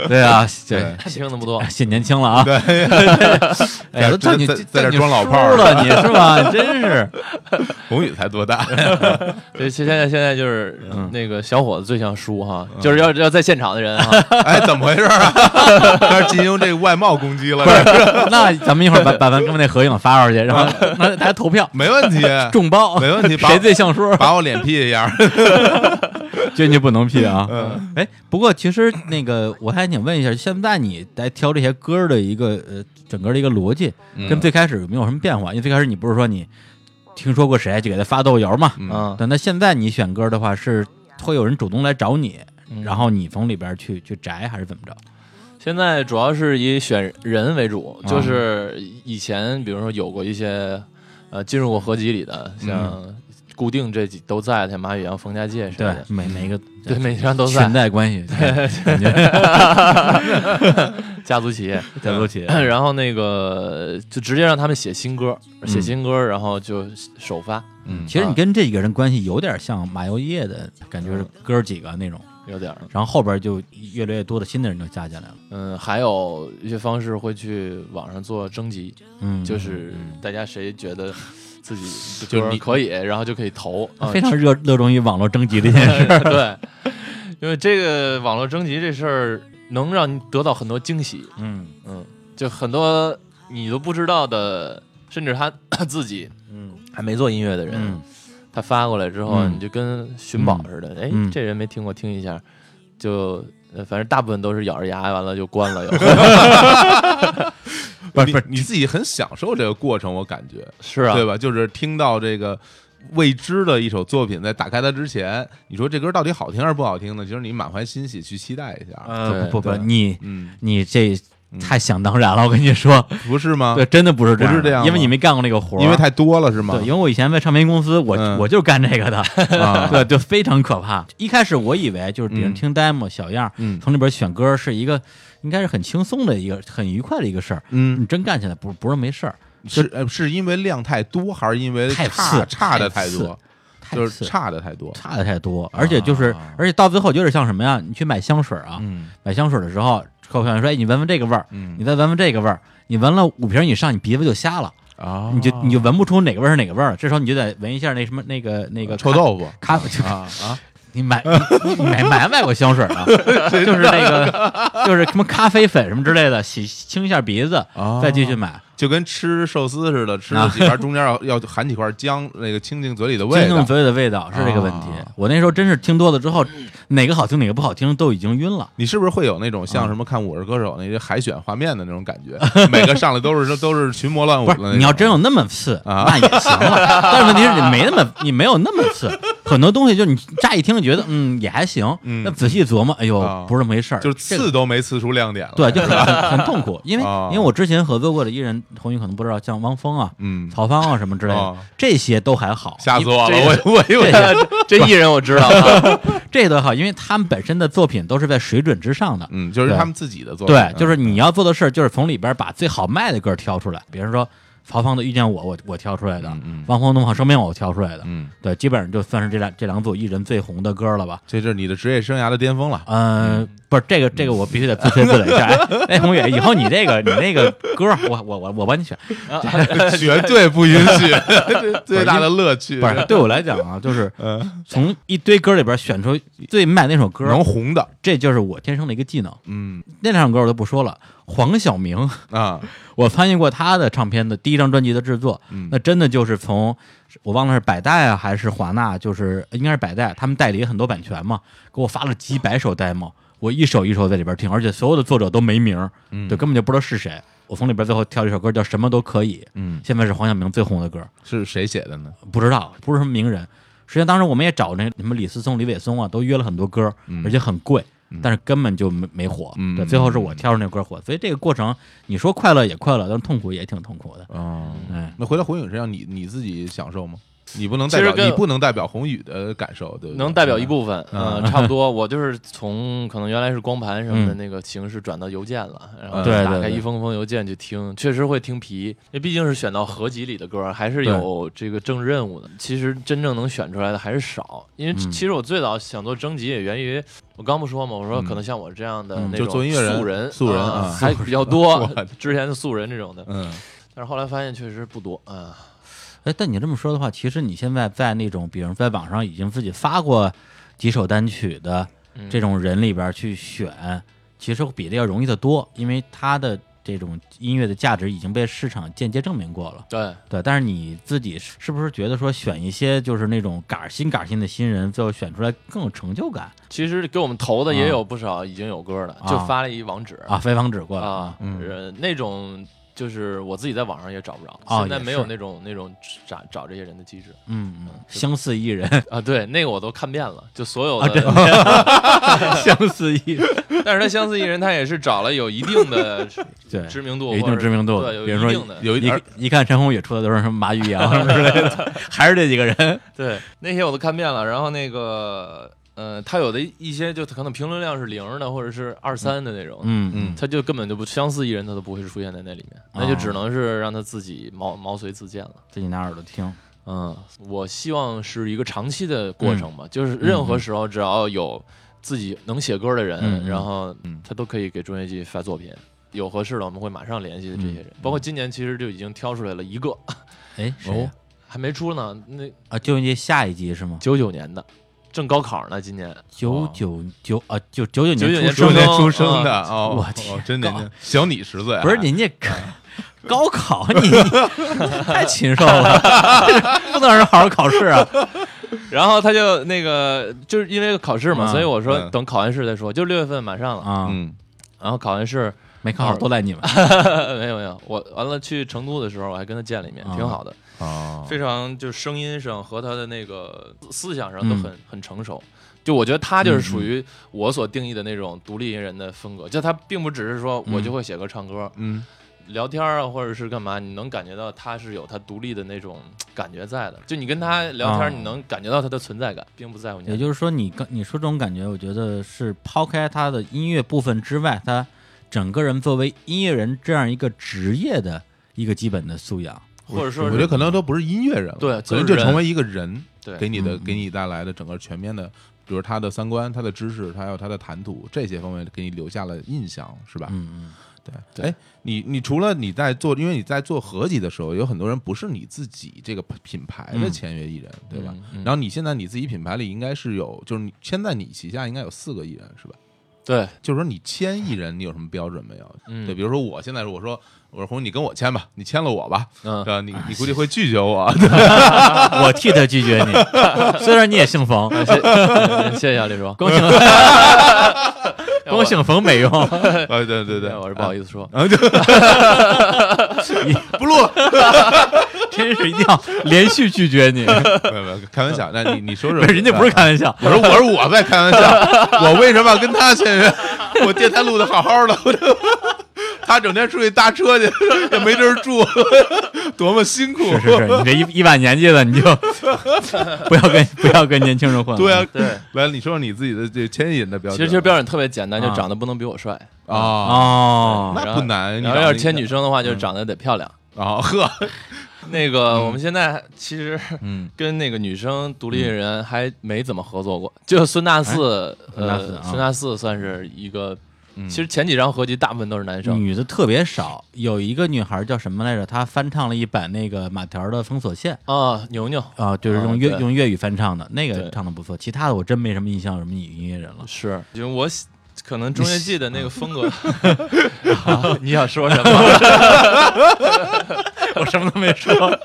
S1: 对啊，对。
S2: 对。
S3: 听的不多
S1: 显年轻了啊！对， 哎呀，
S2: 在
S1: 都叫你
S2: 在
S1: 叫
S2: 在这
S1: 你
S2: 装老
S1: 叔
S2: 炮儿
S1: 了，你是吧？真是，
S2: 宏宇才多大？
S3: 对，现在现在就是
S1: 嗯
S3: 那个小伙子最像叔哈，就是要要在现场的人哈，
S2: 哎，怎么回事啊？ 开始进行这个外貌攻击了，这
S1: 那咱们一会儿把把咱们那合影发出去， 然后让大家投票，
S2: 没问题，
S1: 众包，
S2: 没问题把
S1: 谁最像叔？
S2: 把我脸 P 一样。
S1: 坚决不能 P 啊！
S3: 嗯
S1: 哎，不过其实那个我还想问一下，现在你来挑这些歌儿的一个呃整个的一个逻辑，
S3: 嗯
S1: 跟最开始有没有什么变化？因为最开始你不是说你听说过谁就给他发豆油嘛？
S2: 嗯，
S3: 嗯，
S1: 但那现在你选歌的话，是会有人主动来找你，
S3: 嗯
S1: 然后你从里边去去摘，还是怎么着？
S3: 现在主要是以选人为主，就是以前比如说有过一些呃进入过合集里的，像固定这几都在的，像马宇阳、冯家界什么
S1: 对
S3: 的，，
S1: 每每一个
S3: 嗯对，每张都在
S1: 裙，带关 系，感觉
S3: 家族企业。
S1: 对不起，
S3: 然后那个就直接让他们写新歌，写新歌，然后就首发，
S2: 嗯
S1: 其实
S3: 啊
S1: 你跟这几个人关系有点像马油叶的感
S3: 嗯
S1: 觉，是哥儿几个那种，
S3: 啊有点儿。
S1: 然后后边就越来越多的新的人就加进来了，
S3: 嗯，还有一些方式会去网上做征集，
S1: 嗯，
S3: 就是大家谁觉得 自己
S2: 就是
S3: 歌
S2: 你
S3: 可以，然后就可以投，啊
S1: 非常热热衷于网络征集这件事。
S3: 对，因为这个网络征集这事儿能让你得到很多惊喜，
S1: 嗯
S3: 嗯，就很多你都不知道的，甚至他 自己
S1: 嗯
S3: 还没做音乐的人，
S1: 嗯，
S3: 他发过来之后，
S1: 嗯
S3: 你就跟寻宝似的，哎、
S1: 嗯
S3: 这人没听过，听一下，就。呃反正大部分都是咬着牙，完了就 关了，又
S1: 不
S2: 嗯你
S1: 是不是
S2: 你自己很享受这个过程，我感觉，
S3: 是啊，
S2: 对吧？就是听到这个。未知的一首作品，在打开它之前，你说这歌到底好听还是不好听呢？其实你满怀欣喜去期待一下，
S1: 呃
S3: 对
S1: 不不不，
S2: 对
S1: 你
S2: 嗯，
S1: 你这太想当然了，我跟你说，
S2: 不是吗
S1: 对，？真的不是这样的，
S2: 啊不是这样吗
S1: 因为你没干过那个活儿，
S2: 因为太多了是吗
S1: 对，？因为我以前在唱片公司，我
S2: 嗯
S1: 我就是干这个的，
S2: 啊
S1: 对，就非常可怕。一开始我以为就是别人
S2: 嗯
S1: 听 demo 小样儿，
S2: 嗯
S1: 从里边选歌是一个应该是很轻松的一个很愉快的一个事儿，你
S2: 嗯，
S1: 真干起来不不是没事儿，
S2: 是呃是因为量太多，还是因为
S1: 太
S2: 差
S1: 次
S2: 差的
S1: 太
S2: 太
S1: 次
S2: 多？
S1: 太
S2: 就是
S1: 次
S2: 差的太多。
S1: 差的太多，而且就是、而且到最后有点像什么呀？你去买香水啊，
S2: 啊嗯
S1: 买香水的时候，客户说：“哎，你闻闻这个味儿，
S2: 嗯
S1: 你再闻闻这个味儿，你闻了五瓶以上，你鼻子就瞎了，
S2: 啊，
S1: 你就你就闻不出哪个味儿是哪个味儿了。这时候你就得闻一下那什么那个那个
S2: 呃臭豆腐
S1: 咖咖
S2: 啊啊，
S1: 你买你你买买买过香水 啊？就是那个就是什么咖啡粉什么之类的，洗清一下鼻子
S2: 哦，
S1: 再继续买。
S2: 就跟吃寿司似的，吃了几块，中间要 要含几块姜，那个清清嘴里的味
S1: 啊清
S2: 道
S1: 清。嘴里的味道是这个问题
S2: 啊。嗯
S1: 我那时候真是听多了之后，哪个好听哪个不好听都已经晕了。
S2: 你是不是会有那种像什么看《我是歌手》那些海选画面的那种感觉？ 每个上来都是都是群魔乱舞
S1: 不
S2: 的那
S1: 是，
S2: 种。
S1: 你要真有那么次，
S2: 啊
S1: 那也行 了。但是问题是你没那么，你没有那么次，很多东西就你乍一听就觉得，嗯，也还行。
S2: 嗯
S1: 那仔细琢磨，哎呦
S2: 啊，
S1: 不是那么回事儿，
S2: 就是
S1: 这个
S2: 刺都没刺出亮点了。
S1: 对，就很很很痛苦。因为
S2: 啊
S1: 因为我之前合作过的艺人，红宇可能不知道，像汪峰啊、
S2: 嗯，
S1: 曹芳啊什么之类的
S2: 啊，
S1: 这些都还好。
S2: 吓死
S1: 因
S2: 我了！
S3: 这
S2: 我我以为
S3: 这艺人我知道啊，
S1: 这都好，因为他们本身的作品都是在水准之上的。
S2: 嗯，就是
S1: 对
S2: 他们自己的作品。啊
S1: 对，就是
S2: 嗯
S1: 你要做的事儿，就是从里边把最好卖的歌挑出来。比如说曹芳的《遇见我》，我我挑出来的；汪峰的《梦好生命》，我挑出来的。
S2: 嗯，
S1: 对，基本上就算是这两这两组艺人最红的歌了吧。
S2: 这是你的职业生涯的巅 峰了。
S1: 嗯，不是这个，这个我必须得自吹自擂一 下。哎，哎宏宇，以后你这个你那个歌儿，我我我我帮你选。
S2: 绝对不允许， 这最大的乐趣
S1: 不是，对我来讲啊，就是
S2: 嗯
S1: 从一堆歌里边选出最卖那首歌，
S2: 能红的，
S1: 这就是我天生的一个技能。
S2: 嗯
S1: 那两首歌我都不说了，黄晓明，
S2: 啊，
S1: 我参与过他的唱片的第一张专辑的制作，
S2: 嗯
S1: 那真的就是从我忘了是百代啊还是华纳，就是应该是百代，他们代理很多版权嘛，给我发了几百首 demo，我一首一首在里边听，而且所有的作者都没名儿，
S2: 嗯
S1: 对，根本就不知道是谁。我从里边最后挑了一首歌叫《什么都可以》，
S2: 嗯，
S1: 现在是黄晓明最红的歌，
S2: 是谁写的呢？
S1: 不知道，不是什么名人。实际上当时我们也找那什么李思松、李伟松啊，都约了很多歌，而且很贵，但是根本就没没火。
S2: 嗯
S1: 对，最后是我挑着那歌火，所以这个过程你说快乐也快乐，但是痛苦也挺痛苦的。
S2: 哦，
S1: 哎，
S2: 那回到红影身上，你你自己享受吗？你不能
S3: 其
S2: 代
S3: 实
S2: 表，
S3: 跟
S2: 你不能代表红宇的感受，对不对？
S3: 能代表一部分，
S2: 嗯
S3: 嗯，差不多。我就是从可能原来是光盘什么的那个形式转到邮件了，然
S2: 嗯
S3: 后
S1: 对
S3: 打
S1: 对
S3: 开
S1: 对
S3: 一封封邮件去听，确实会听皮，因为毕竟是选到合集里的歌，还是有这个正任务的。其实真正能选出来的还是少，因为
S1: 嗯
S3: 其实我最早想做征集也源于。我刚不说嘛，我说
S2: 嗯
S3: 可能像我这样的
S1: 嗯
S3: 那
S2: 就
S3: 种
S2: 做音乐人
S3: 素 人，
S2: 素人
S3: 啊
S2: 啊
S3: 还比较
S2: 我
S3: 多。之前的素人这种的，
S2: 嗯，
S3: 但是后来发现确实不多啊。
S1: 哎，但你这么说的话，其实你现在在那种，比如在网上已经自己发过几首单曲的
S3: 嗯
S1: 这种人里边去选，其实比这要容易得多，因为他的这种音乐的价值已经被市场间接证明过了。
S3: 对，
S1: 对，但是你自己是是不是觉得说选一些就是那种杆儿新杆儿新的新人，最后选出来更有成就感
S3: 其实给我们投
S2: 嗯
S3: 的也有不少已经有歌了，
S1: 啊
S3: 就发了一网址
S1: 啊？非防止过来
S3: 啊，
S2: 嗯
S3: 呃那种就是我自己在网上也找不着，
S1: 哦
S3: 现在
S1: 也
S3: 没有
S1: 是
S3: 那种那种找找这些人的机 制
S1: 嗯，嗯相似艺人
S3: 啊。对，那个我都看遍了，就所有
S1: 啊，真
S3: 的，
S1: 的相似艺人，
S3: 但是他相似艺人，他也是找了有一定 的
S1: 对，
S3: 知名度，
S1: 有一定
S3: 或者
S1: 知名度
S3: 对，有
S1: 比
S3: 一
S1: 如说
S3: 定的，
S2: 有一
S1: 一
S2: 点
S1: 一看陈宏宇出的都是什么马宇阳什么之类 的，还是这几个人。
S3: 对那些我都看遍了。然后那个呃，他有的一些就可能评论量是零的，或者是二三的那种，
S1: 嗯
S2: 嗯
S3: 他就根本就不相似艺人，他都不会出现在那里面，那
S1: 啊
S3: 就只能是让他自己毛毛遂自荐了。
S1: 自己拿耳朵听。
S3: 嗯，我希望是一个长期的过程吧，就是任何时候只要有自己能写歌的人，
S1: 嗯嗯
S3: 然后
S2: 嗯
S3: 他都可以给中乐季发作品。有合适的，我们会马上联系这些人。包括今年其实就已经挑出来了一个，
S1: 哎，谁呀
S3: 还没出呢。那
S1: 啊？就那下一季是吗？
S3: 九九年的，正高考呢，今年
S1: 九九九啊，就九九
S3: 99
S1: 年
S3: 年
S1: 出生
S3: 出
S1: 的
S2: 年
S3: 生
S2: 出生的哦，
S1: 我
S2: 哦
S1: 天
S2: 真年
S1: 高
S2: 轻，小你十岁啊，
S1: 不是您这 高考， 你太禽兽了， 不能让人好好考试啊！
S3: 然后他就那个就是因为考试嘛，
S1: 嗯
S3: 所以我说
S2: 嗯
S3: 等考完试再说，就六月份马上了。
S1: 啊，
S2: 嗯
S3: 然后考完试呃
S1: 没考好都赖你们。
S3: 没有没有，我完了去成都的时候我还跟他见了一面，
S1: 啊
S3: 挺好的。
S2: 哦，
S3: 非常就是声音上和他的那个思想上都很、很成熟。就我觉得他就是属于我所定义的那种独立音乐人的风格，就他并不只是说我就会写歌唱歌，
S2: 嗯
S3: 聊天啊或者是干嘛，你能感觉到他是有他独立的那种感觉在的。就你跟他聊天，
S1: 哦
S3: 你能感觉到他的存在感，并不在乎你。
S1: 也就是说，你刚你说这种感觉，我觉得是抛开他的音乐部分之外，他整个人作为音乐人这样一个职业的一个基本的素养。
S3: 或者说
S2: 我
S3: 是
S2: 觉得可能都不是音乐人了，
S3: 对
S2: 可能就
S3: 就
S2: 是
S3: 人
S2: 成为一个人，
S3: 对
S2: 给你的
S1: 嗯嗯
S2: 给你带来的整个全面的，比如他的三观、他的知识，还有他的谈吐这些方面，给你留下了印象，是吧？
S1: 嗯嗯，
S2: 对，哎，你你除了你在做，因为你在做合集的时候，有很多人不是你自己这个品牌的签约艺人，对吧？
S3: 嗯嗯
S2: 然后你现在你自己品牌里应该是有，就是你现在你旗下应该有四个艺人是吧？
S3: 对，
S2: 就是说你签艺人，你有什么标准没有？
S3: 嗯
S2: 对，比如说我现在我说我说红，你跟我签吧，你签了我吧，
S3: 嗯
S2: 对吧？你你估计会拒绝我，
S1: 我替他拒 绝你，虽然你也姓冯，
S3: 谢谢谢谢李叔，
S1: 光姓光姓冯 没用，
S2: 对呃对对对，
S3: 我是不好意思说，
S2: 思，不录了，
S1: 真是一定要连续拒绝 你。
S2: 没有没有，开玩笑，那你你说说，
S1: 不是人家不是开玩笑，
S2: 我说我说我在开玩笑，我为什么要跟他签约？我电台录的好好的，我这他整天出去搭车去，也没地儿住， 多么辛苦。
S1: 是是是，你这一一把年纪了，你就不要跟不要跟年轻人混了。
S2: 对啊，
S3: 嗯对。
S2: 来，你说说你自己的这牵引的标
S3: 其
S2: 准吧。
S3: 实其实标准特别简单，就
S1: 啊
S3: 长得不能比我帅。
S2: 啊，
S1: 哦，
S2: 那
S3: 然后
S2: 不难你
S3: 然后
S2: 长
S3: 要
S2: 得
S3: 是签
S2: 应该
S3: 女生的话，就是长得得漂亮。
S2: 啊，呵，
S3: 那个我们现在其实
S1: 嗯，
S3: 跟那个女生独立艺人还没怎么合作过，就孙大四，
S1: 孙大四啊
S3: 呃，孙大四算是一个。
S2: 嗯
S3: 其实前几张合集大部分都是男生，
S1: 女的特别少，有一个女孩叫什么来着？她翻唱了一版那个马条的《封锁线》。
S3: 啊，牛牛
S1: 啊，就是
S3: 啊
S1: 用粤
S3: 对
S1: 用粤语翻唱的那个
S3: 对
S1: 唱的不错，其他的我真没什么印象，有什么女音乐人了。
S3: 是，就我喜可能中乐季的那个风格，啊你想说什么？
S1: 我什么都没 说，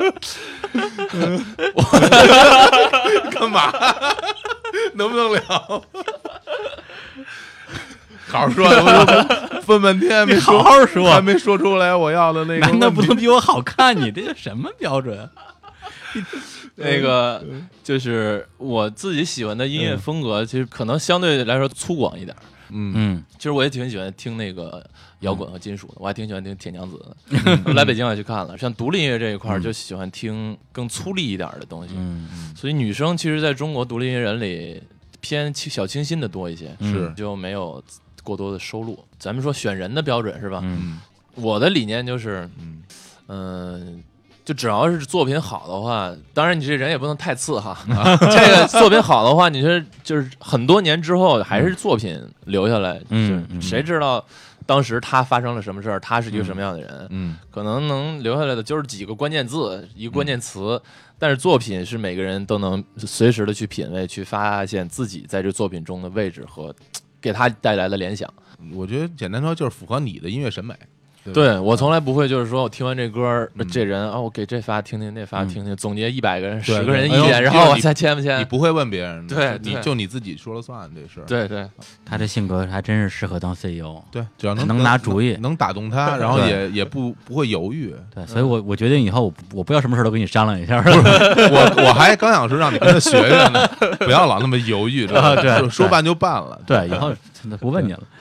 S2: 干嘛？能不能聊？好 好说，我分半天没说，
S1: 好好说
S2: 还没说出来我要的那个问题。
S1: 男的不能比我好看，你这叫什么标准？啊
S3: 那个就是我自己喜欢的音乐风格，其实可能相对来说粗犷一点儿。
S1: 嗯，
S3: 其实我也挺喜欢听那个摇滚和金属的，我还挺喜欢听铁娘子
S1: 嗯
S3: 的。来北京我也去看了，像独立音乐这一块儿就喜欢听更粗粝一点儿的东西。
S1: 嗯
S3: 所以女生其实在中国独立音乐人里偏清小清新的多一些，
S1: 嗯
S3: 嗯
S2: 是
S3: 就没有过多的收入。咱们说选人的标准是吧？
S1: 嗯
S3: 我的理念就是，嗯、就只要是作品好的话，当然你这人也不能太次哈。 这个作品好的话，你这就是很多年之后还是作品留下来，
S1: 嗯
S3: 就是
S1: 嗯
S3: 谁知道当时他发生了什么事儿，他是一个什么样的人？
S2: 嗯
S3: 可能能留下来的就是几个关键字，一个关键词，但是作品是每个人都能随时的去品味，去发现自己在这作品中的位置和给他带来的联想。
S2: 我觉得简单说就是符合你的音乐审美。吧
S3: 对我从来不会就是说我听完这歌儿，这人啊，我给这发听听，那发听听，总结一百个人、
S2: 对
S3: 十个人
S2: 哎呦
S3: 意见，
S2: 就
S3: 然
S2: 是
S3: 后我
S2: 你
S3: 再签不
S2: 你
S3: 签？
S2: 不会问别人的，
S3: 对
S2: 你
S3: 对
S2: 就你自己说了算这事儿。
S3: 对对，
S1: 他这性格还真是适合当 CEO。
S2: 对，只要
S1: 能拿主意
S2: 能能打动他，然后
S1: 对
S2: 也也不不会犹豫。
S1: 对，所以我我决定以后我不我不要什么事儿都跟你商量一下了。
S2: 我我还刚想说让你跟他学学 呢，不要老那么犹豫，知道吧
S1: 啊对
S2: 就说办就办了。
S1: 对，以后真的不问你了。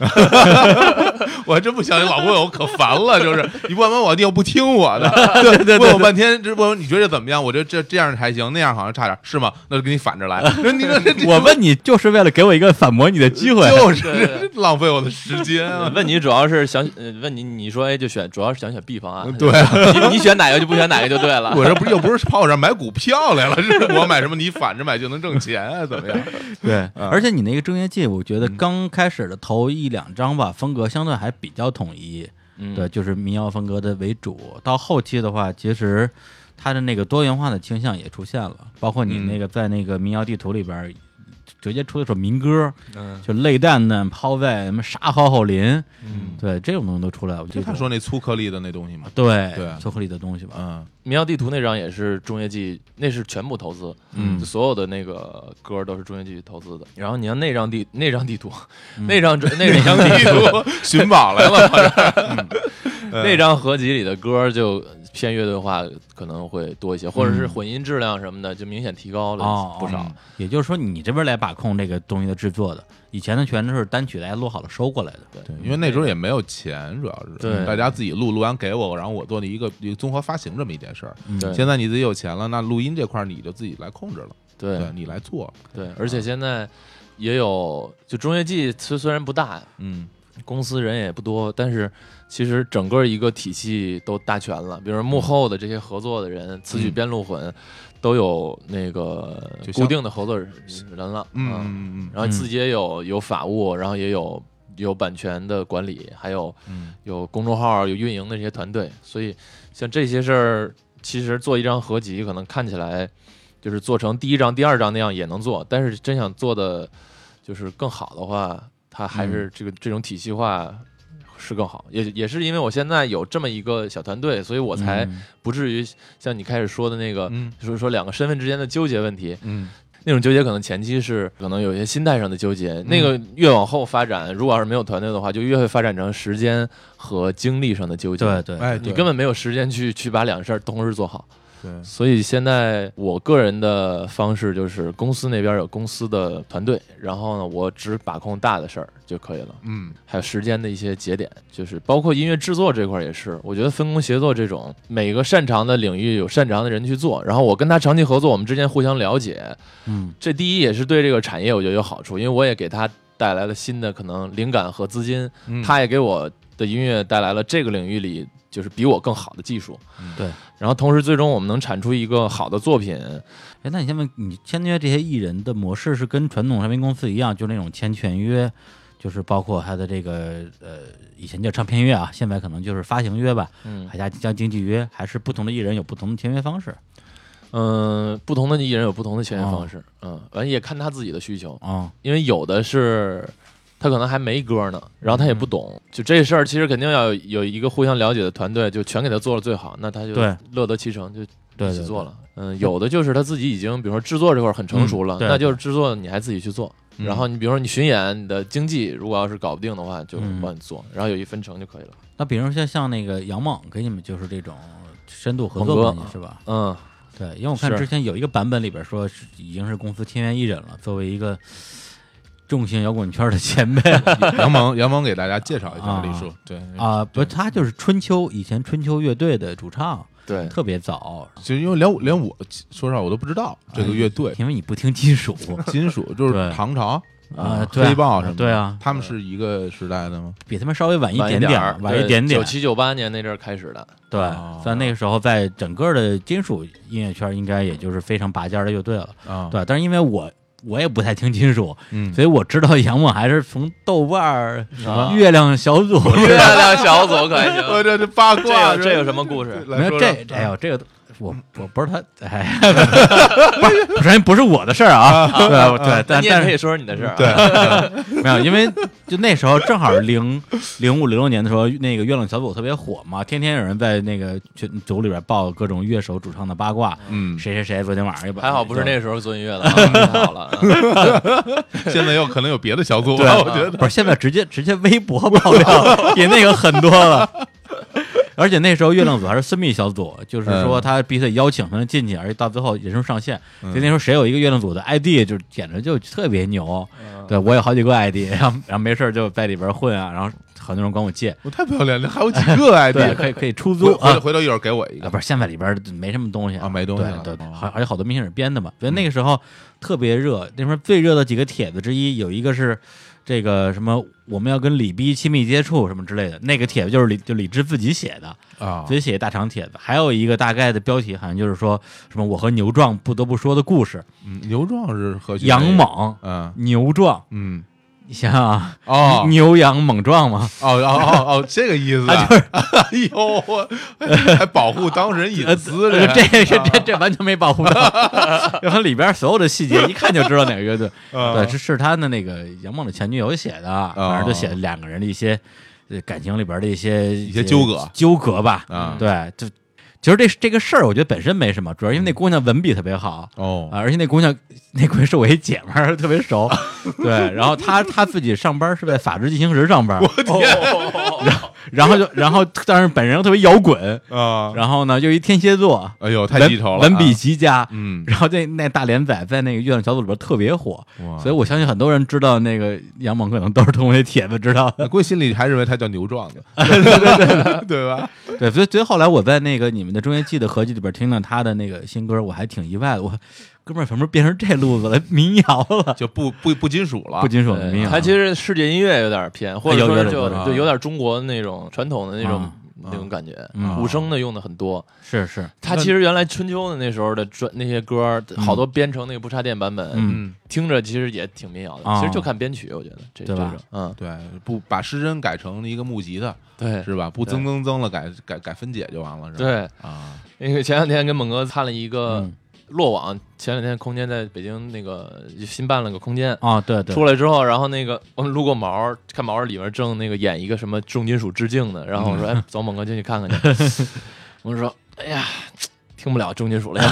S2: 我还真不相信老朋友，我可烦了，就是你问完我你又不听我的， 对对问我半天，这问我你觉得怎么样？我觉得这这样还行，那样好像差点，是吗？那就给你反 着来。那你那这
S1: 我问你就是为了给我一个反驳你的机会。
S2: 就是浪费我的时间啊。
S3: 问你主要是想呃问你，你说哎就选，主要是想选 B 方案，
S2: 对，
S3: 你你选哪个就不选哪个就对了。
S2: 我这不是又不是跑我这儿买股票来了，是我买什么你反着买就能挣钱啊？怎么样？
S1: 对，嗯而且你那个正业季，我觉得刚开始的头一两张吧，风格相对还比较统一，
S3: 嗯
S1: 对，就是民谣风格的为主。到后期的话，其实它的那个多元化的倾向也出现了，包括你那个在那个民谣地图里边儿。直接出一首民歌，
S3: 嗯
S1: 就泪蛋蛋抛在什么沙好好林，对嗯这种东西都出来了。我
S2: 就
S1: 就
S2: 他说那粗颗粒的那东西嘛，
S1: 对
S2: 对
S1: 巧克力的东西吧，
S2: 嗯
S3: 民谣地图那张也是中业记，那是全部投资，
S1: 嗯
S3: 就所有的那个歌都是中业记投资的。然后你看那张地那张地图，那张专 那 张
S2: 地图寻宝来了，
S3: 那张合集里的歌就偏乐队化可能会多一些，或者是混音质量什么的就明显提高
S1: 哦
S3: 了，不少。
S1: 也就是说你这边来把控这个东西的制作的，以前的全都是单曲大家录好了收过来的。
S2: 对，因为那时候也没有钱，主要是
S3: 对
S2: 大家自己录，录完给我，然后我做了一个一个综合发行这么一件事儿。
S1: 嗯
S3: 对
S2: 现在你自己有钱了，那录音这块儿你就自己来控制了，
S3: 对
S2: 对你来做，
S3: 对，而且现在也有，就中业记虽虽然不大，
S2: 嗯，
S3: 公司人也不多，但是其实整个一个体系都大全了。比如说
S2: 嗯
S3: 幕后的这些合作的人，词曲编录混，都有那个
S2: 就像
S3: 固定的合作人了。
S2: 嗯嗯嗯嗯
S1: 啊
S3: 然后自己也有有法务，然后也有有版权的管理，还有
S2: 嗯
S3: 有公众号、有运营的这些团队，所以像这些事儿，其实做一张合集，可能看起来就是做成第一张、第二张那样也能做，但是真想做的就是更好的话，它还是这个、这种体系化是更好。也也是因为我现在有这么一个小团队，所以我才
S1: 嗯
S3: 不至于像你开始说的那个，
S2: 嗯
S3: 就是说两个身份之间的纠结问题，
S2: 嗯
S3: 那种纠结可能前期是可能有一些心态上的纠结，那个越往后发展，如果要是没有团队的话，就越会发展成时间和精力上的纠结。
S1: 对，对，
S2: 哎，
S3: 你
S2: 对
S3: 根本没有时间去去把两事儿同时做好。
S2: 对
S3: 所以现在我个人的方式就是，公司那边有公司的团队，然后呢，我只把控大的事儿就可以了。
S2: 嗯
S3: 还有时间的一些节点，就是包括音乐制作这块儿也是，我觉得分工协作这种，每个擅长的领域有擅长的人去做，然后我跟他长期合作，我们之间互相了解，
S1: 嗯
S3: 这第一也是对这个产业我觉得有好处，因为我也给他带来了新的可能灵感和资金，
S2: 嗯
S3: 他也给我的音乐带来了这个领域里就是比我更好的技术，
S1: 对。
S3: 然后同时最终我们能产出一个好的作品，
S1: 哎，那你先问你签约这些艺人的模式是跟传统唱片公司一样，就那种签全约，就是包括他的这个呃，以前叫唱片约啊，现在可能就是发行约吧，
S3: 嗯
S1: 还加加经纪约，还是不同的艺人有不同的签约方式
S3: 嗯、不同的艺人有不同的签约方式，嗯，完也看他自己的需求，
S1: 啊、
S3: 因为有的是他可能还没歌呢，然后他也不懂，就这事儿其实肯定要有有一个互相了解的团队，就全给他做了最好，那他就
S1: 对
S3: 乐得其成，就
S1: 对
S3: 一
S1: 对
S3: 起
S1: 对
S3: 做了。嗯，有的就是他自己已经，比如说制作这块儿很成熟了，
S1: 嗯对嗯
S3: 那就是制作你还自己去做。然后你比如说你巡演，你的经济如果要是搞不定的话，就
S1: 嗯
S3: 帮你做，然后有一分成就可以了。
S1: 那比如说像那个杨梦给你们就是这种深度合
S3: 猛哥
S1: 作关系是吧？
S3: 嗯，
S1: 对，因为我看
S3: 是
S1: 之前有一个版本里边说是已经是公司签约艺人了，作为一个重型摇滚圈的前辈
S2: 杨蒙杨蒙给大家介绍一下
S1: 啊
S2: 李叔，对
S1: 啊，不，他就是春秋以前春秋乐队的主唱，
S3: 对，
S1: 特别早，
S2: 其实因为连我连我说实话我都不知道这个乐 队
S1: 因为你不听金属
S2: 金属就是
S1: 哎对
S2: 唐朝
S1: 啊对啊
S2: 黑豹什么的，
S1: 对啊
S2: 他们是一个时代的吗？
S1: 比他们稍微晚一
S3: 晚
S1: 点
S3: 点
S1: 儿，晚一点点
S3: 九，七九八年那阵儿开始 的，
S1: 对
S2: 哦，
S1: 在那个时候，在整个的金属音乐圈，应该也就是非常拔尖儿的乐队了，
S2: 啊，
S1: 对。但是因为我我也不太听金属，
S2: 嗯，
S1: 所以我知道杨梦还是从豆瓣儿、
S3: 啊
S1: 月亮小组。
S3: 月亮小组可还
S2: 我
S3: 行？
S2: 这这八
S3: 这
S2: 卦
S3: 有这有什么故事？
S1: 没
S2: 来
S1: 有
S2: 说
S1: 这这哎
S3: 嗯
S1: 呦这个我我不是他哎，不是首先不是我的事儿啊，对我对，
S3: 那
S1: 但
S3: 你也
S1: 但
S3: 可以
S1: 是
S3: 说说你的事儿、啊。
S2: 对
S1: 没有，因为就那时候正好零零五零六年的时候，那个月亮小组特别火嘛，天天有人在那个群组里边报各种乐手主唱的八卦，
S2: 嗯，
S1: 谁谁谁昨天晚上又把
S3: 还好不是那
S1: 个。
S3: 个时候做音乐的 啊，太好了。嗯
S2: 现在有可能有别的小 组
S1: 对啊
S2: 了，我觉得
S1: 不是现在直接直接微博爆 料比那个狠多了。 而且那时候月亮组还是私密小组，就是
S2: 嗯
S1: 说他必须得邀请才能进去，而且到最后人数上限。所以那时候谁有一个月亮组的 ID，就简直就特别牛。
S2: 嗯
S1: 对我有好几个 ID，然后然后没事儿就在里边混啊，然后很多人管我借，
S2: 我太漂亮了，还有几个 ID，
S1: 对，可以可以出
S2: 回
S1: 租
S2: 回
S1: 啊。
S2: 回头一会儿给我一
S1: 啊，
S2: 个，
S1: 不是，现在里边没什么东西
S2: 啊没东西了嗯
S1: 对对，
S2: 哦
S1: 好，而且好多明星是编的嘛。所以那个时候特别热，那时候最热的几个帖子之一，有一个是这个什么我们要跟李逼亲密接触什么之类的，那个帖子就是李就李志自己写的，
S2: 啊
S1: 自己写一大长帖子。还有一个大概的标题，好像就是说什么我和牛壮不得不说的故事，
S2: 嗯牛壮是何许人
S1: 杨
S2: 也，
S1: 猛
S2: 嗯
S1: 牛壮，
S2: 嗯，
S1: 你想想啊，
S2: 哦
S1: 牛羊猛壮嘛，
S2: 哦哦哦哦，这个意思啊，哎呦，我还保护当事人隐 私，
S1: 呃
S2: 这
S1: 这这这这完全没保护到， 然后里边所有的细节一看就知道哪个 乐队。
S2: 啊
S1: 对，这是他的那个杨梦的前女友写的，反正就写了两个人的一些呃感情里边的一些一
S2: 嗯些纠葛
S1: 纠葛吧。
S2: 啊
S1: 对，就其实这这个事儿，我觉得本身没什么，主要因为那
S2: 嗯
S1: 姑娘文笔特别好。
S2: 哦
S1: 啊，而且那姑娘，那姑娘是我一姐们儿，特别 熟，对。然后她她自己上班是在法制进行时上班， 然后就然后，但是本人又特别摇滚，
S2: 啊，
S1: 然后呢又一天蝎座，
S2: 哎呦，太
S1: 文
S2: 记仇了，
S1: 文笔
S2: 啊，
S1: 极佳。
S2: 嗯，
S1: 然后那那大连仔在那个月亮小组里边特别火，
S2: 哇
S1: 所以我相信很多人知道那个杨猛，可能都是通过那帖子知道的。
S2: 那估计心里还认为他叫牛壮呢，对对对对吧？
S1: 对，所以所以后来我在那个你们的中间记的合集里边听到他的那个新歌，我还挺意外的。我哥们儿怎么变成这路子了， 民谣了，
S2: 就不不不金属了，
S1: 不仅属民谣，
S3: 他其实世界音乐有点偏，或
S1: 啊
S3: 者
S1: 哎有
S3: 说
S1: 有点
S3: 就
S1: 有点
S3: 对有点中国那种传统的那种
S1: 啊
S3: 那种感觉
S1: 嗯，
S3: 五声的用的很多。
S1: 是是，
S3: 他其实原来春秋的那时候的专那些歌儿，好多编成那个不插电版本，
S1: 嗯
S2: 嗯，
S3: 听着其实也挺民谣的。
S1: 啊
S3: 其实就看编曲，我觉得这这
S1: 对吧
S3: 种，嗯，
S2: 对，不把失真改成一个木吉他
S3: 对
S2: 是吧？不
S3: 对
S2: 增增增了，改改改分解就完了，是吧？
S3: 对。
S2: 啊，
S3: 因为前两天跟猛哥看了一个
S1: 嗯
S3: 落网，前两天空间在北京那个新办了个空间。
S1: 啊，对对，
S3: 出来之后，然后那个 我们路过毛儿，看毛儿里面正那个演一个什么重金属致敬的，然后我说：“哎，走，猛哥进去看看去。”我说：“哎呀，听不了重金属了。”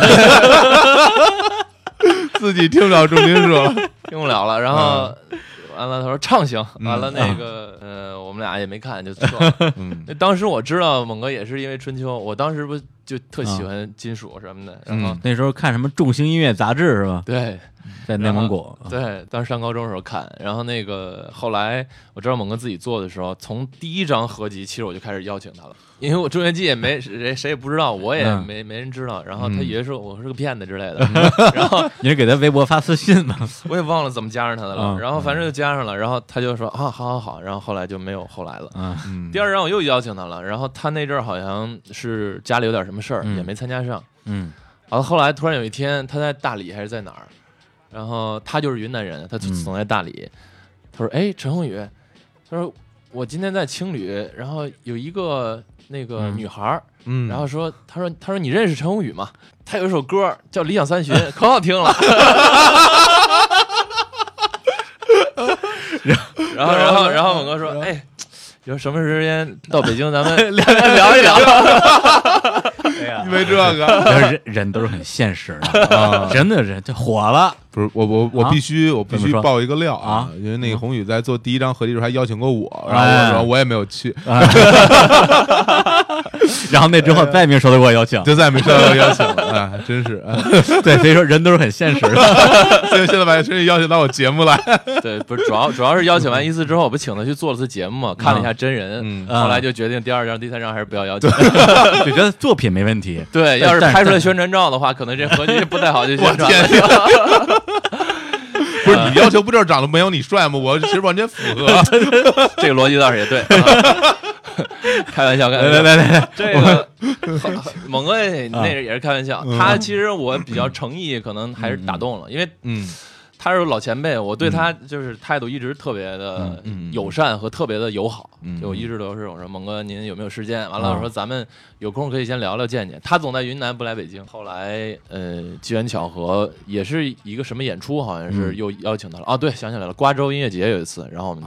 S2: 自己听不了重金属了，
S3: 听不了了，然后完了，他说唱行，完了那个呃，我们俩也没看就撤了。
S2: 嗯
S3: 那当时我知道猛哥也是因为春秋，我当时不就特喜欢金属什么的， 然后
S2: 嗯
S1: 那时候看什么众星音乐杂志是吧？
S3: 对啊
S1: 在内蒙古，
S3: 对，当时上高中的时候看，然后那个后来我知道猛哥自己做的时候，从第一张合集其实我就开始邀请他了，因为我中乐季也没谁谁也不知道，我也
S1: 嗯
S3: 没没人知道，然后他
S2: 嗯
S3: 以为是我是个骗子之类 的，然后
S1: 你是给他微博发私信吗？
S3: 我也忘了怎么加上他的了，
S1: 嗯
S3: 然后反正就加上了，然后他就说啊，好好好，然后后来就没有后来了。
S1: 嗯
S2: 嗯，
S3: 第二让我又邀请他了，然后他那阵儿好像是家里有点什么事儿，
S1: 嗯
S3: 也没参加上。
S1: 嗯
S3: 然后后来突然有一天，他在大理还是在哪儿，然后他就是云南人，他
S1: 嗯
S3: 总在大理。他说：“哎，陈宏宇，他说我今天在青旅，然后有一个那个
S1: 嗯
S3: 女孩儿，
S2: 嗯，
S3: 然后说，他说他说你认识陈宏宇吗？他有一首歌叫《理想三旬》，可好听了。” 然后，然后，然后猛哥说：“哎，有什么时间到北京，咱们 聊聊一聊。”
S2: 因为这个
S1: 人人都是很现实的，啊真的是就火了，
S2: 不是我我我
S1: 啊
S2: 必须我必
S1: 怎么
S2: 须
S1: 说
S2: 爆一个料
S1: 啊
S2: 因为那个宏宇在做第一张合集的时候还邀请过我，然后我说
S1: 哎
S2: 我也没有去，
S1: 然后那之后再也没有收到过邀请，
S2: 就再也没收到邀请了，哎，真是，哎
S1: 对，所以说人都是很现实 的，
S2: 所以现在把真是邀请到我节目来，
S3: 对，不是主要主要是邀请完一次之后，我不请他去做了次节目嘛，看了一下真人，
S2: 嗯
S3: 后来就决定第二张、第三张还是不要邀请。
S1: 就觉得作品没问题，
S3: 对，要是
S1: 但是
S3: 拍出来宣传照的话，可能这合集不太 好去
S2: 我
S3: 宣传。
S2: 天呀！不是你要求不就是长得没有你帅吗？我其实完全符合。
S3: 这个逻辑倒是 也对。啊开玩笑，开
S1: 来
S3: 玩
S1: 来
S3: 笑。
S1: 来来，
S3: 这个 猛哥也
S2: 啊
S3: 那也是开玩笑，他其实我比较诚意，可能还是打动了，因为
S2: 嗯嗯
S3: 他是老前辈，我对他就是态度一直特别的
S2: 嗯嗯嗯
S3: 友善和特别的友好，
S2: 嗯
S3: 就我一直都是我说蒙哥您有没有时间？完了
S1: 啊
S3: 我说咱们有空可以先聊聊见见。他总在云南不来北京，后来呃机缘巧合也是一个什么演出，好像是
S1: 嗯
S3: 又邀请他了。哦、对，想起来了，瓜州音乐节有一次，然后我们。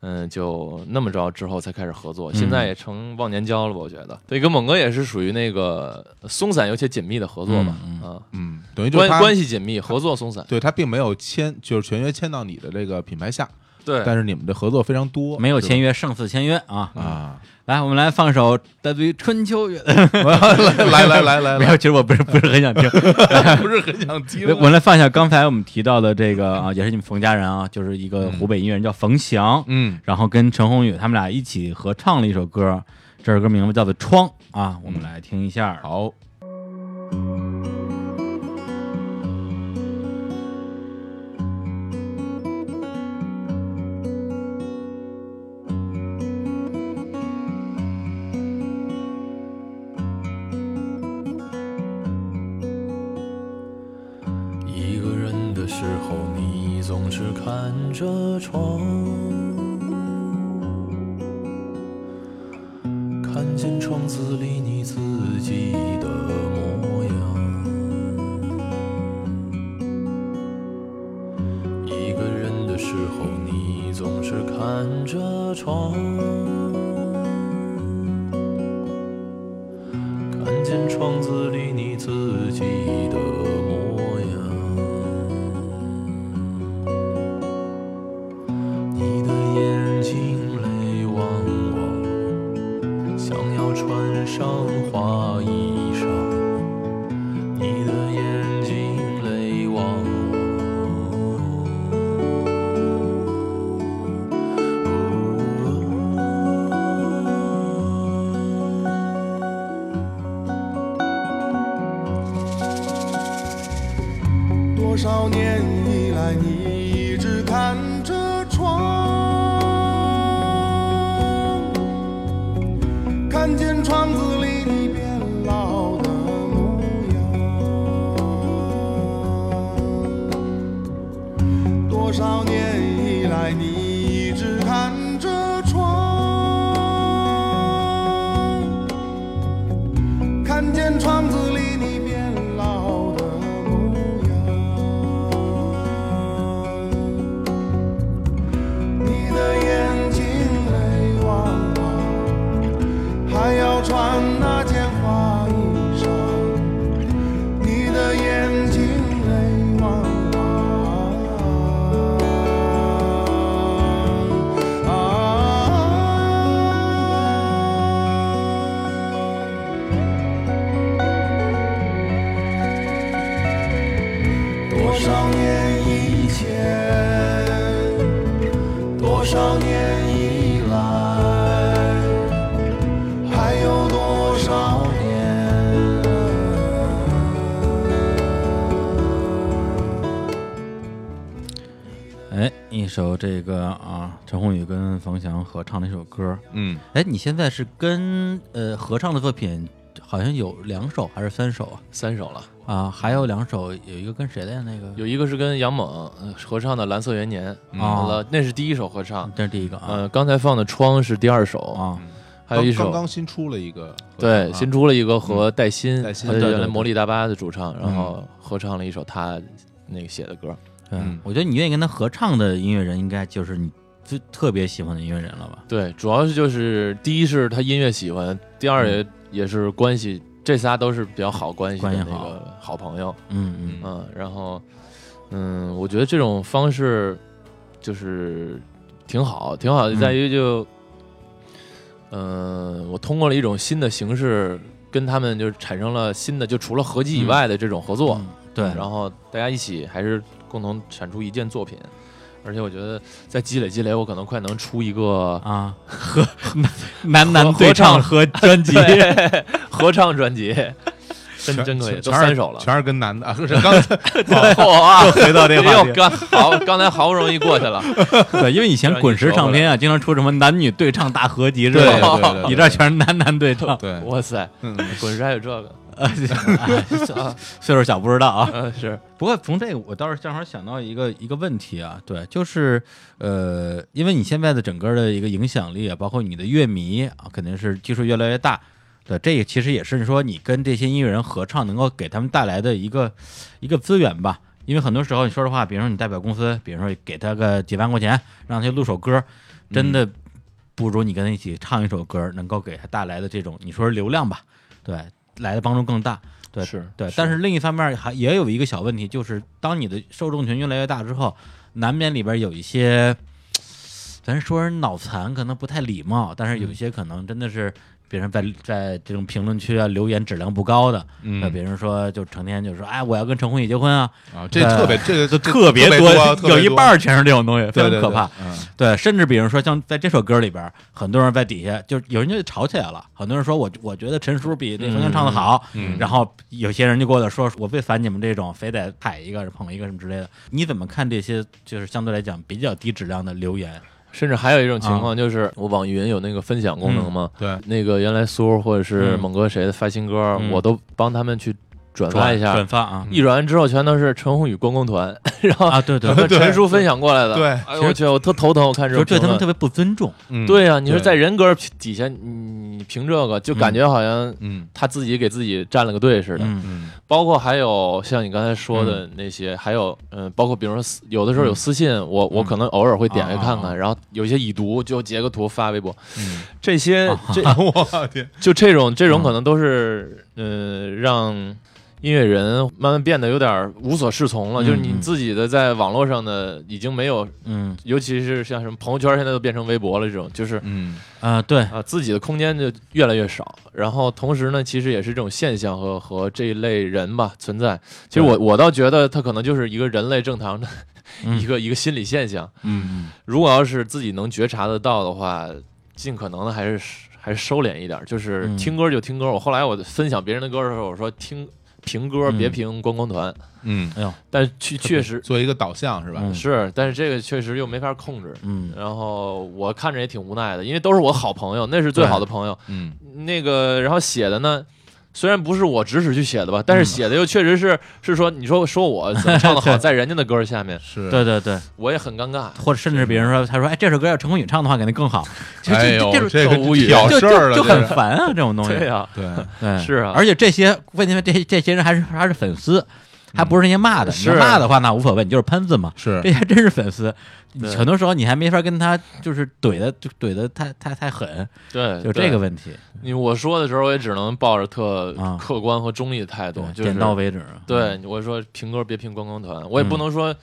S3: 嗯，就那么着之后才开始合作，现
S2: 嗯
S3: 在也成忘年交了吧？我觉得，对，跟猛哥也是属于那个松散有且紧密的合作吧，
S1: 嗯
S3: 啊，
S2: 嗯，等于就是
S3: 关
S2: 他
S3: 关系紧密，合作松散，
S2: 对他并没有签，就是全约签到你的这个品牌下，
S3: 对，
S2: 但是你们的合作非常多，
S1: 没有签
S2: 约
S1: 约胜似签约啊！
S2: 啊！
S1: 来，我们来放首来自于春秋乐，
S2: 来来来来
S1: 没
S2: 来，
S1: 有，其实我不是不是很想听，
S2: 不是很想听
S1: 我来放一下刚才我们提到的这个啊，也是你们冯家人啊，就是一个湖北音乐人叫冯翔，
S2: 嗯
S1: 然后跟陈鸿宇他们俩一起合唱了一首歌，这首歌名字叫做《窗》啊，我们来听一下。
S2: 嗯好，
S6: 一个人的时候，你总是看着窗，看见窗子里你自己的模样。一个人的时候，你总是看着窗。看见窗子里你自己的模样，你的眼睛泪汪汪，想要穿上花衣裳。你的眼睛泪汪汪。
S7: 多少年以来，你一直看着窗，看见窗。窗子里你变老的模样。多少年以来，你一直看着窗，看见窗子里你变老的模样。你的眼睛泪汪汪，还要穿那件花衣裳。你的眼睛泪汪汪。啊多少年以前。多少年以来，还有多少年？
S1: 哎，一首这个啊，陈鸿宇跟冯翔合唱的一首歌。
S2: 嗯，
S1: 哎，你现在是跟呃合唱的作品好像有两首还是三首啊？
S3: 三首了，
S1: 啊，还有两首，有一个跟谁的呀？那个
S3: 有一个是跟杨猛呃合唱的《蓝色元年》，
S2: 嗯
S1: 啊
S2: 哦
S3: 好了，那是第一首合唱。
S1: 这是第一个啊
S3: 呃，刚才放的《窗》是第二
S2: 呃
S3: 首，
S1: 啊，
S2: 嗯
S3: 还有一
S2: 哦刚
S3: 首
S2: 刚新出了一个，
S3: 对，新出了一个和戴鑫，
S2: 戴鑫
S3: 他
S2: 对
S1: 对
S3: 原来
S1: 对
S3: 魔力大巴的主唱，然后合唱了一首他那个写的歌。
S1: 嗯
S2: 嗯，
S1: 我觉得你愿意跟他合唱的音乐人，应该就是你最特别喜欢的音乐人了吧？
S3: 对，主要是就是第一是他音乐喜欢，第
S1: 嗯
S3: 二也也是关系，这仨都是比较好关系的
S1: 关系
S3: 那
S1: 好
S3: 个好朋友。
S1: 嗯
S3: 嗯，然后嗯，我觉得这种方式就是挺好，挺好的在于就，嗯、我通过了一种新的形式跟他们就是产生了新的，就除了合集以外的这种合作。
S1: 嗯，对，
S3: 然后大家一起还是共同产出一件作品，而且我觉得再积累积累，我可能快能出一个
S1: 啊，合男男对唱和专辑，
S3: 对合唱专辑，真
S2: 全
S3: 真可
S2: 全
S3: 以，都
S2: 全是
S3: 三首了。
S2: 全是跟男的，啊不是刚才
S3: 哇，又
S2: 回到这个话题
S3: 刚好刚才好不容易过去了，
S1: 对，因为以前滚石唱片啊，经常出什么男女对唱大合集之类的，
S2: 对对对对
S1: 你这儿全是男男对唱，
S2: 对，
S3: 哇塞，
S2: 嗯
S3: 滚石还有这 个，
S1: 啊 岁数小不知道啊。
S3: 嗯是，
S1: 不过从这个，我倒是正好想到一个一个问题啊，对，就是呃，因为你现在的整个的一个影响力啊，包括你的乐迷啊，肯定是基数越来越大。对，这也其实也是说你跟这些音乐人合唱能够给他们带来的一个一个资源吧。因为很多时候你说实话，比如说你代表公司，比如说给他个几万块钱，让他去录首歌，真的不如你跟他一起唱一首歌，能够给他带来的这种你说是流量吧，对，来的帮助更大。对，
S3: 是
S1: 对
S3: 是，
S1: 但是另一方面还也有一个小问题，就是当你的受众群越来越大之后，难免里边有一些，咱说人脑残可能不太礼貌，但
S2: 嗯
S1: 是有一些可能真的是别人在在这种评论区啊留言质量不高的，
S2: 嗯
S1: 那别人说就成天就说哎我要跟陈鸿宇结婚啊，
S2: 啊，这特别这个
S1: 就
S2: 这
S1: 特别
S2: 多，特别
S1: 有一
S2: 多
S1: 半儿全是这种东西，非
S2: 对
S1: 常
S2: 对
S1: 可怕。，
S2: 对嗯
S1: 对，甚至比如说像在这首歌里边，很多人在底下就有人就吵起来了，很多人说我我觉得陈叔比那冯翔唱的好，
S2: 嗯
S1: 然后有些人就过来说我最烦你们这种非得踩一个捧一个什么之类的。你怎么看这些就是相对来讲比较低质量的留言？
S3: 甚至还有一种
S2: 啊
S3: 情况就是，我网易云有那个分享功能嘛，
S2: 对，
S3: 那个原来苏儿或者是
S1: 嗯
S3: 猛哥谁的发新歌，
S1: 嗯
S3: 我都帮他们去转发一
S1: 转
S3: 下。
S1: 发
S2: 嗯
S1: 啊
S3: 一转完之后，全都是陈鸿宇观光团， 然后
S1: 啊，对对，
S3: 和
S2: 对
S3: 陈叔分享过来的。
S2: 对
S3: 哎呦我去，我特头疼。我看这
S1: 就
S3: 种
S1: 对他们
S3: 评论
S1: 特别不尊重，
S2: 嗯
S3: 对呀、你说
S2: 对
S3: 在人格底下，你凭这个就感觉好像
S2: 嗯
S3: 他自己给自己站了个队似的。
S1: 嗯
S2: 嗯
S3: 包括还有像你刚才说的那些，还有嗯，包括比如说私有的时候有私信，我我可能偶尔会点开
S1: 嗯
S3: 看
S1: 啊啊啊嗯
S3: 看，然后有一些已读就截个图发微博， 这些
S1: 啊
S3: 这
S2: 我天，
S3: 就这种这种可能都是呃让音乐人慢慢变得有点无所适从了，
S1: 嗯
S3: 就是你
S1: 嗯
S3: 自己的在网络上的已经没有，
S1: 嗯
S3: 尤其是像什么朋友圈现在都变成微博了，这种就是
S2: 嗯
S1: 啊，对，
S3: 啊自己的空间就越来越少。然后同时呢，其实也是这种现象和和这一类人吧存在。其实我我倒觉得他可能就是一个人类正常的
S1: 嗯
S3: 一个、一个心理现象。
S1: 嗯
S3: 如果要是自己能觉察得到的话，尽可能的还是还是收敛一点儿，就是
S1: 嗯
S3: 听歌就听歌。我后来我分享别人的歌的时候，我说听评歌，
S1: 嗯
S3: 别评观光团。
S2: 嗯，
S1: 哎呦，
S3: 但确确实
S2: 做一个导向是吧？
S1: 嗯
S3: 是，但是这个确实又没法控制。
S1: 嗯，
S3: 然后我看着也挺无奈的，因为都是我好朋友，那是最好的朋友。
S2: 嗯，
S3: 那个，然后写的呢，虽然不是我指使去写的吧，
S1: 嗯
S3: 但是写的又确实是是说，你说说我怎么唱的 好，在人家的歌下面，
S2: 是，
S1: 对对对，
S3: 我也很尴尬。
S1: 或者甚至别人说，他说，哎，这首歌要陈鸿宇唱的话，肯定更好。就
S2: 哎
S1: 就
S2: 呦
S1: 就，
S2: 这
S1: 这
S2: 个
S1: 种无语，
S2: 挑
S1: 就
S2: 事儿了
S1: 就就
S2: 这
S1: 很
S2: 是
S1: 烦啊，这种东西。
S3: 对呀、
S2: 对，
S1: 对，
S3: 是啊
S1: 哎而且这些问题，这这些人还是还是粉丝，还不是那些骂的。你
S3: 嗯是
S1: 要骂的话，那无所谓，你就是喷子嘛。
S2: 是
S1: 这些真是粉丝，你
S3: 对
S1: 很多时候你还没法跟他就是怼的，就怼的太太太狠，
S3: 对，
S1: 就
S3: 对
S1: 这个问题
S3: 你我说的时候，我也只能抱着特
S1: 啊
S3: 客观和中立的态度，就是
S1: 点到嗯为止。
S3: 对，我说评歌别评观光团，我也不能说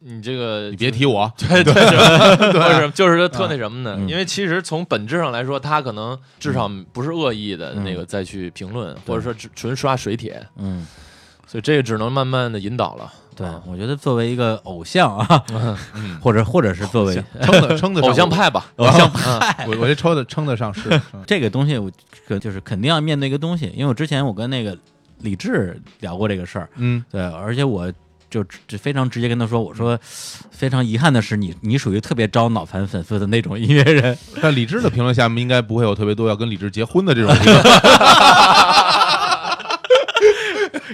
S3: 你这个
S2: 你别提我，
S3: 对对对，或者 就是特那什么呢？
S1: 啊嗯
S3: 因为其实从本质上来说，他可能至少不是恶意的
S1: 嗯
S3: 那个再去评论，或者说只纯刷水帖，
S1: 嗯，
S3: 所以这个只能慢慢的引导了。
S1: 对
S3: 啊，
S1: 我觉得作为一个偶像啊，
S2: 嗯，
S1: 或者或者是作为
S2: 撑得撑得上
S3: 偶像，派吧，
S1: 偶像
S2: 我我这抽的撑得上是，嗯
S1: 这个东西，我可就是肯定要面对一个东西，因为我之前我跟那个李志聊过这个事儿，
S2: 嗯
S1: 对，而且我就直直非常直接跟他说，我说非常遗憾的是你，你属于特别招脑残粉丝的那种音乐人，
S2: 但李志的评论下面应该不会有特别多要跟李志结婚的这种评 论，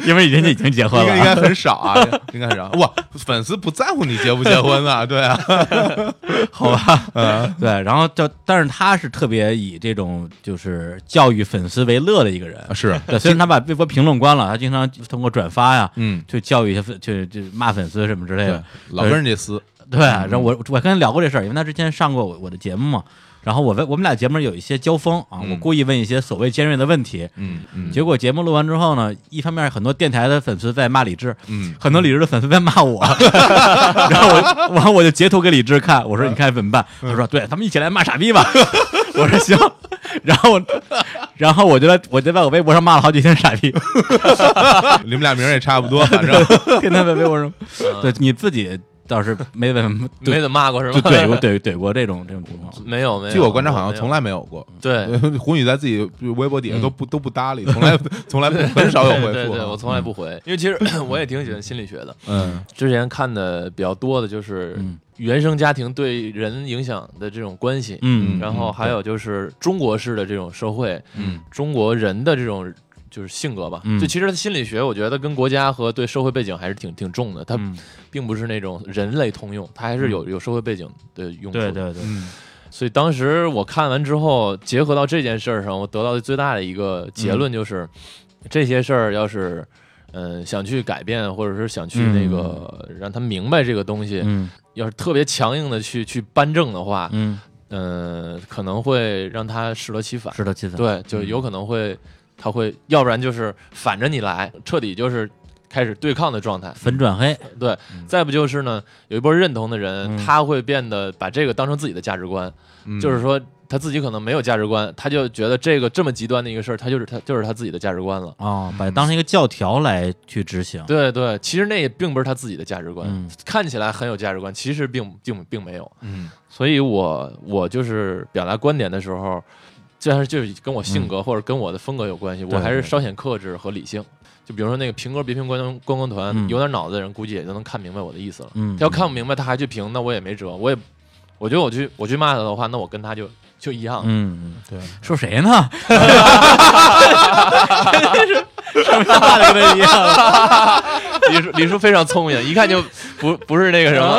S1: 因为人家已经结婚
S2: 应该应
S1: 了啊。
S2: 该很少啊，应该很少。哇，粉丝不在乎你结不结婚啊，对啊，
S1: 啊对，然后就，但是他是特别以这种就是教育粉丝为乐的一个人。
S2: 是，
S1: 对，虽然他把微博评论关了，他经常通过转发呀，
S2: 嗯，
S1: 去教育一些粉，去就骂粉丝什么之类
S2: 对
S1: 的。，
S2: 老跟人家撕，
S1: 对，
S2: 嗯
S1: 然后我我跟他聊过这事儿，因为他之前上过我我的节目嘛。然后我问我们俩节目有一些交锋啊，我
S2: 嗯
S1: 故意问一些所谓尖锐的问题，
S2: 嗯嗯
S1: 结果节目录完之后呢，一方面很多电台的粉丝在骂李志，
S2: 嗯
S1: 很多李志的粉丝在骂我，然后我完我就截图给李志看，我说你看怎么办？他说对，咱们一起来骂傻逼吧。 我说行，然后然后我就在我就在我微博上骂了好几天傻逼，
S2: 你们俩名儿也差不多，反正
S1: 天天在微博上。对，你自己倒是没怎么
S3: 没怎么骂过是
S1: 就
S3: 吧？
S1: 怼过怼怼过这种这种情况。
S3: 没有没有。
S2: 据我观察，好像从
S3: 来
S2: 来没有过。
S3: 对
S2: 胡宇在自己微博底下都不都不搭理，从来从来很少有
S3: 对
S2: 回
S3: 对
S2: 复
S3: 对，我
S2: 啊。
S3: 从来不回，因为其实 我也挺喜欢心理学的。
S2: 嗯
S3: 之前看的比较多的就是
S1: 嗯
S3: 原生家庭对人影响的这种关系，
S1: 嗯，
S3: 然后还有就是中国式的这种社会，
S2: 嗯
S3: 中国人的这种就是性格吧。
S1: 嗯
S3: 就其实心理学，我觉得跟国家和对社会背景还是挺挺重的，它
S1: 嗯
S3: 并不是那种人类通用，它还是有有社会背景的用处的。
S1: 对对对，
S2: 嗯
S3: 所以当时我看完之后，结合到这件事儿上，我得到的最大的一个结
S1: 嗯
S3: 论就是，这些事儿要是。嗯，想去改变，或者是想去那个、让他明白这个东西，
S1: 嗯
S3: 要是特别强硬的去去扳正的话，
S1: 嗯，
S3: 嗯、可能会让他适得其反。
S1: 是的，嗯其实
S3: 对，就有可能会，他会，要不然就是反着你来，彻底就是开始对抗的状态。
S1: 粉转黑，
S3: 对，再不就是呢，有一波认同的人，
S1: 嗯
S3: 他会变得把这个当成自己的价值观，
S2: 嗯，
S3: 就是说他自己可能没有价值观，他就觉得这个这么极端的一个事儿，他就是他就是他自己的价值观了。
S1: 哦，把它当成一个教条来去执行。
S3: 对对，其实那也并不是他自己的价值观，
S1: 嗯
S3: 看起来很有价值观，其实并并并没有。
S2: 嗯
S3: 所以我我就是表达观点的时候，这还是就是跟我性格或者跟我的风格有关系，我
S1: 嗯对
S3: 还是
S1: 对
S3: 稍显克制和理性。就比如说那个评歌别评观光观光团，
S1: 嗯
S3: 有点脑子的人估计也就能看明白我的意思了。
S1: 嗯，
S3: 他要看不明白，他还去评，那我也没辙。我也我觉得我去我去骂他的话，那我跟他就就一样。
S1: 嗯，嗯，
S2: 对，
S1: 说谁 呢？真是什么样的跟他一样，
S3: 李叔李叔非常聪明，一看就不不是那个什么。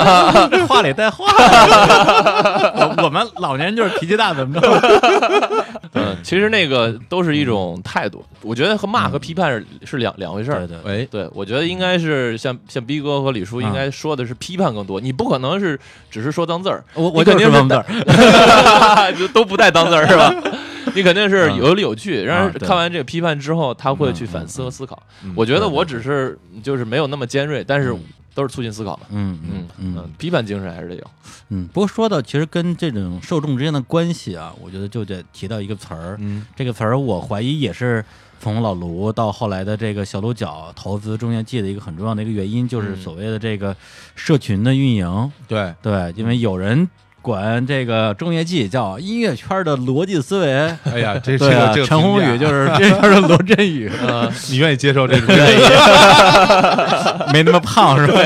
S1: 话里带话。 我我们老年人就是脾气大，怎么着？
S3: 嗯，其实那个都是一种态度，我觉得和骂和批判是是两两回事儿
S1: 嗯对。对，啊
S2: 哎，
S3: 对，我觉得应该是像像逼哥和李叔应该说的是批判更多，你不可能是只是说脏 字儿，
S1: 我
S3: 你
S1: 我
S3: 肯
S1: 就是
S3: 定
S1: 王字儿，
S3: 是都不带脏字儿 是吧？你肯定是
S1: 嗯
S3: 有理有据，让
S1: 啊
S3: 人
S1: 对嗯
S3: 看完这个批判之后，他会去反思和思考。我觉得我只是就是没有那么尖锐，但是都是促进思考嘛。
S1: 嗯
S3: 嗯
S1: 嗯嗯
S3: 批判精神还是得有。
S1: 嗯。不过说到其实跟这种受众之间的关系啊，我觉得就得提到一个词儿，
S2: 嗯
S1: 这个词儿我怀疑也是从老卢到后来的这个小鹿角投资中介界的一个很重要的一个原因，就是
S3: 嗯
S1: 所谓的这个社群的运营。
S2: 对，
S1: 对，因为有人。管这个中乐季叫音乐圈的逻辑思维。
S2: 哎呀，这
S1: 对啊，陈宏宇就是这圈的罗振宇，
S2: 你愿意接受这种？
S1: 没那么胖是吧？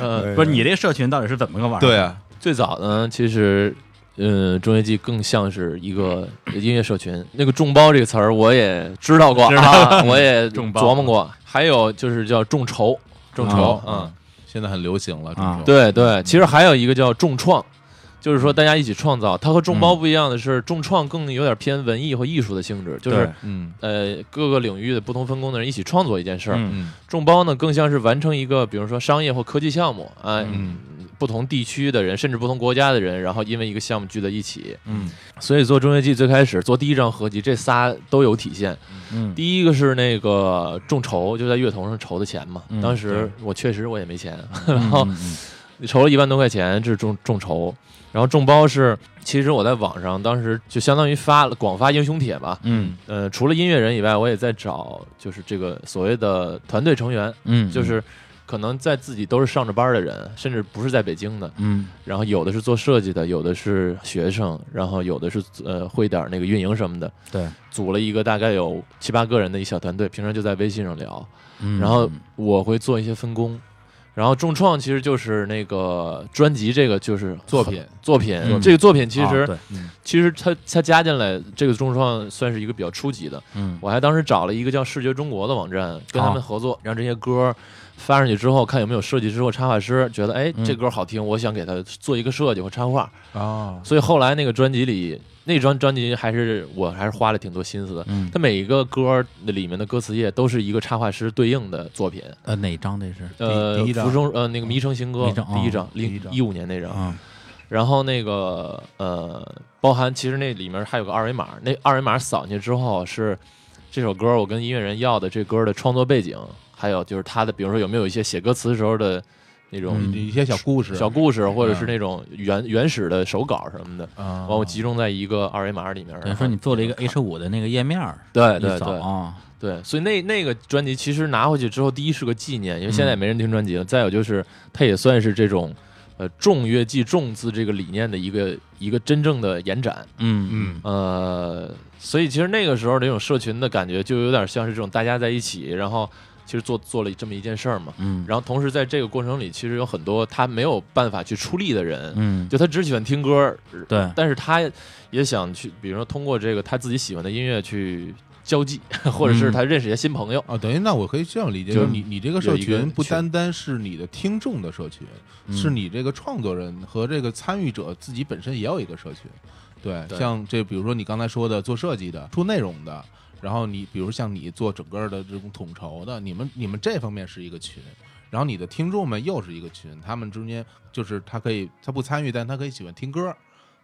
S2: 呃
S1: 不是你这社群到底是怎么个玩？
S2: 对，啊，
S3: 最早呢，其实，呃，中乐季更像是一个 音乐社群。那个“众包”这个词儿，我也知道过，
S1: 知道
S3: 啊、我 也
S1: 众包
S3: 琢磨过。还有就是叫众筹，众筹
S1: 啊，
S3: 嗯，
S2: 现在很流行了，
S1: 啊
S2: 这种
S3: 对对。其实还有一个叫众创，就是说大家一起创造。它和众
S1: 嗯
S3: 包不一样的是，众创更有点偏文艺和艺术的性质，就是
S1: 对
S2: 嗯
S3: 呃各个领域的不同分工的人一起创作一件事儿。
S1: 嗯
S2: 嗯
S3: 众包呢，更像是完成一个，比如说商业或科技项目，哎，
S2: 嗯
S3: 不同地区的人，甚至不同国家的人，然后因为一个项目聚在一起。
S1: 嗯
S3: 所以做中乐季最开始做第一张合集，这仨都有体现。
S1: 嗯，
S3: 第一个是那个众筹，就在乐童上筹的钱嘛。
S1: 嗯
S3: 当时我确实我也没钱，
S1: 然
S3: 后筹了一万多块钱，这是众众筹。然后众包是，其实我在网上当时就相当于发了广发英雄帖吧。
S1: 嗯
S3: 呃，除了音乐人以外，我也在找，就是这个所谓的团队成员，
S1: 嗯，
S3: 就是可能在自己都是上着班的人，甚至不是在北京的，
S1: 嗯
S3: 然后有的是做设计的，有的是学生，然后有的是呃会点儿那个运营什么的，
S1: 对，
S3: 组了一个大概有七八个人的一小团队，平常就在微信上聊，
S1: 嗯，
S3: 然后我会做一些分工。然后众创其实就是那个专辑，这个就是
S2: 作品
S3: 作品
S1: 作品
S3: 这个作品其
S1: 啊
S3: 实
S1: 对
S3: 其实它它加进来这个众创算是一个比较初级的，
S1: 嗯
S3: 我还当时找了一个叫视觉中国的网站，跟他
S1: 哦
S3: 们合作，让这些歌发上去之后，看有没有设计之后插画师觉得，哎
S1: 嗯，
S3: 这歌好听，我想给它做一个设计或插画。
S2: 啊，
S3: 所以后来那个专辑里，那张专辑还是我还是花了挺多心思的。
S1: 嗯
S3: 它，每一个歌里面的歌词页都是一个插画师对应的作品。
S1: 呃哪张这是？
S3: 呃，
S2: 第一张
S3: 浮中呃那个《迷城行歌
S1: 迷城》
S3: 第一
S1: 哦
S3: 张，
S2: 第一
S3: 零
S2: 张
S3: 一五年那张，
S1: 啊
S3: 然后那个呃，包含其实那里面还有个二维码，那二维码扫进去之后是这首歌我跟音乐人要的这歌的创作背景，还有就是他的，比如说有没有一些写歌词时候的那种
S1: 嗯
S2: 一些小故事
S3: 小故事，或者是
S2: 嗯
S3: 那种原原始的手稿什么的，
S2: 啊，
S3: 完我集中在一个二维码里面。
S1: 哦等于
S3: 然
S1: 说
S3: 后
S1: 你做了一个
S3: 看
S1: H 五的那个页面儿，
S3: 对
S1: 一
S3: 对
S1: 扫
S3: 对
S1: 啊，
S3: 对，所以那那个专辑其实拿回去之后，第一是个纪念，因为现在也
S1: 嗯
S3: 没人听专辑了。再有就是，它也算是这种呃重乐器重字这个理念的一个一个真正的延展。
S1: 嗯
S2: 嗯
S3: 呃，所以其实那个时候这种社群的感觉，就有点像是这种大家在一起，然后其实做做了这么一件事儿嘛。
S1: 嗯，
S3: 然后同时在这个过程里，其实有很多他没有办法去出力的人，
S1: 嗯
S3: 就他只喜欢听歌，
S1: 对
S3: 但是他也想去，比如说通过这个他自己喜欢的音乐去交际，或者
S1: 嗯
S3: 是他认识一些新朋友。
S2: 啊，等于那我可以这样理解，
S3: 就
S2: 就是你你这个社
S3: 有一个
S2: 群不
S3: 群
S2: 单单是你的听众的社群，是
S1: 嗯
S2: 你这个创作人和这个参与者自己本身也有一个社群。对，
S3: 对
S2: 像这比如说你刚才说的做设计的、出内容的，然后你比如像你做整个的这种统筹的，你们你们这方面是一个群。然后你的听众们又是一个群，他们之间就是他可以他不参与，但他可以喜欢听歌，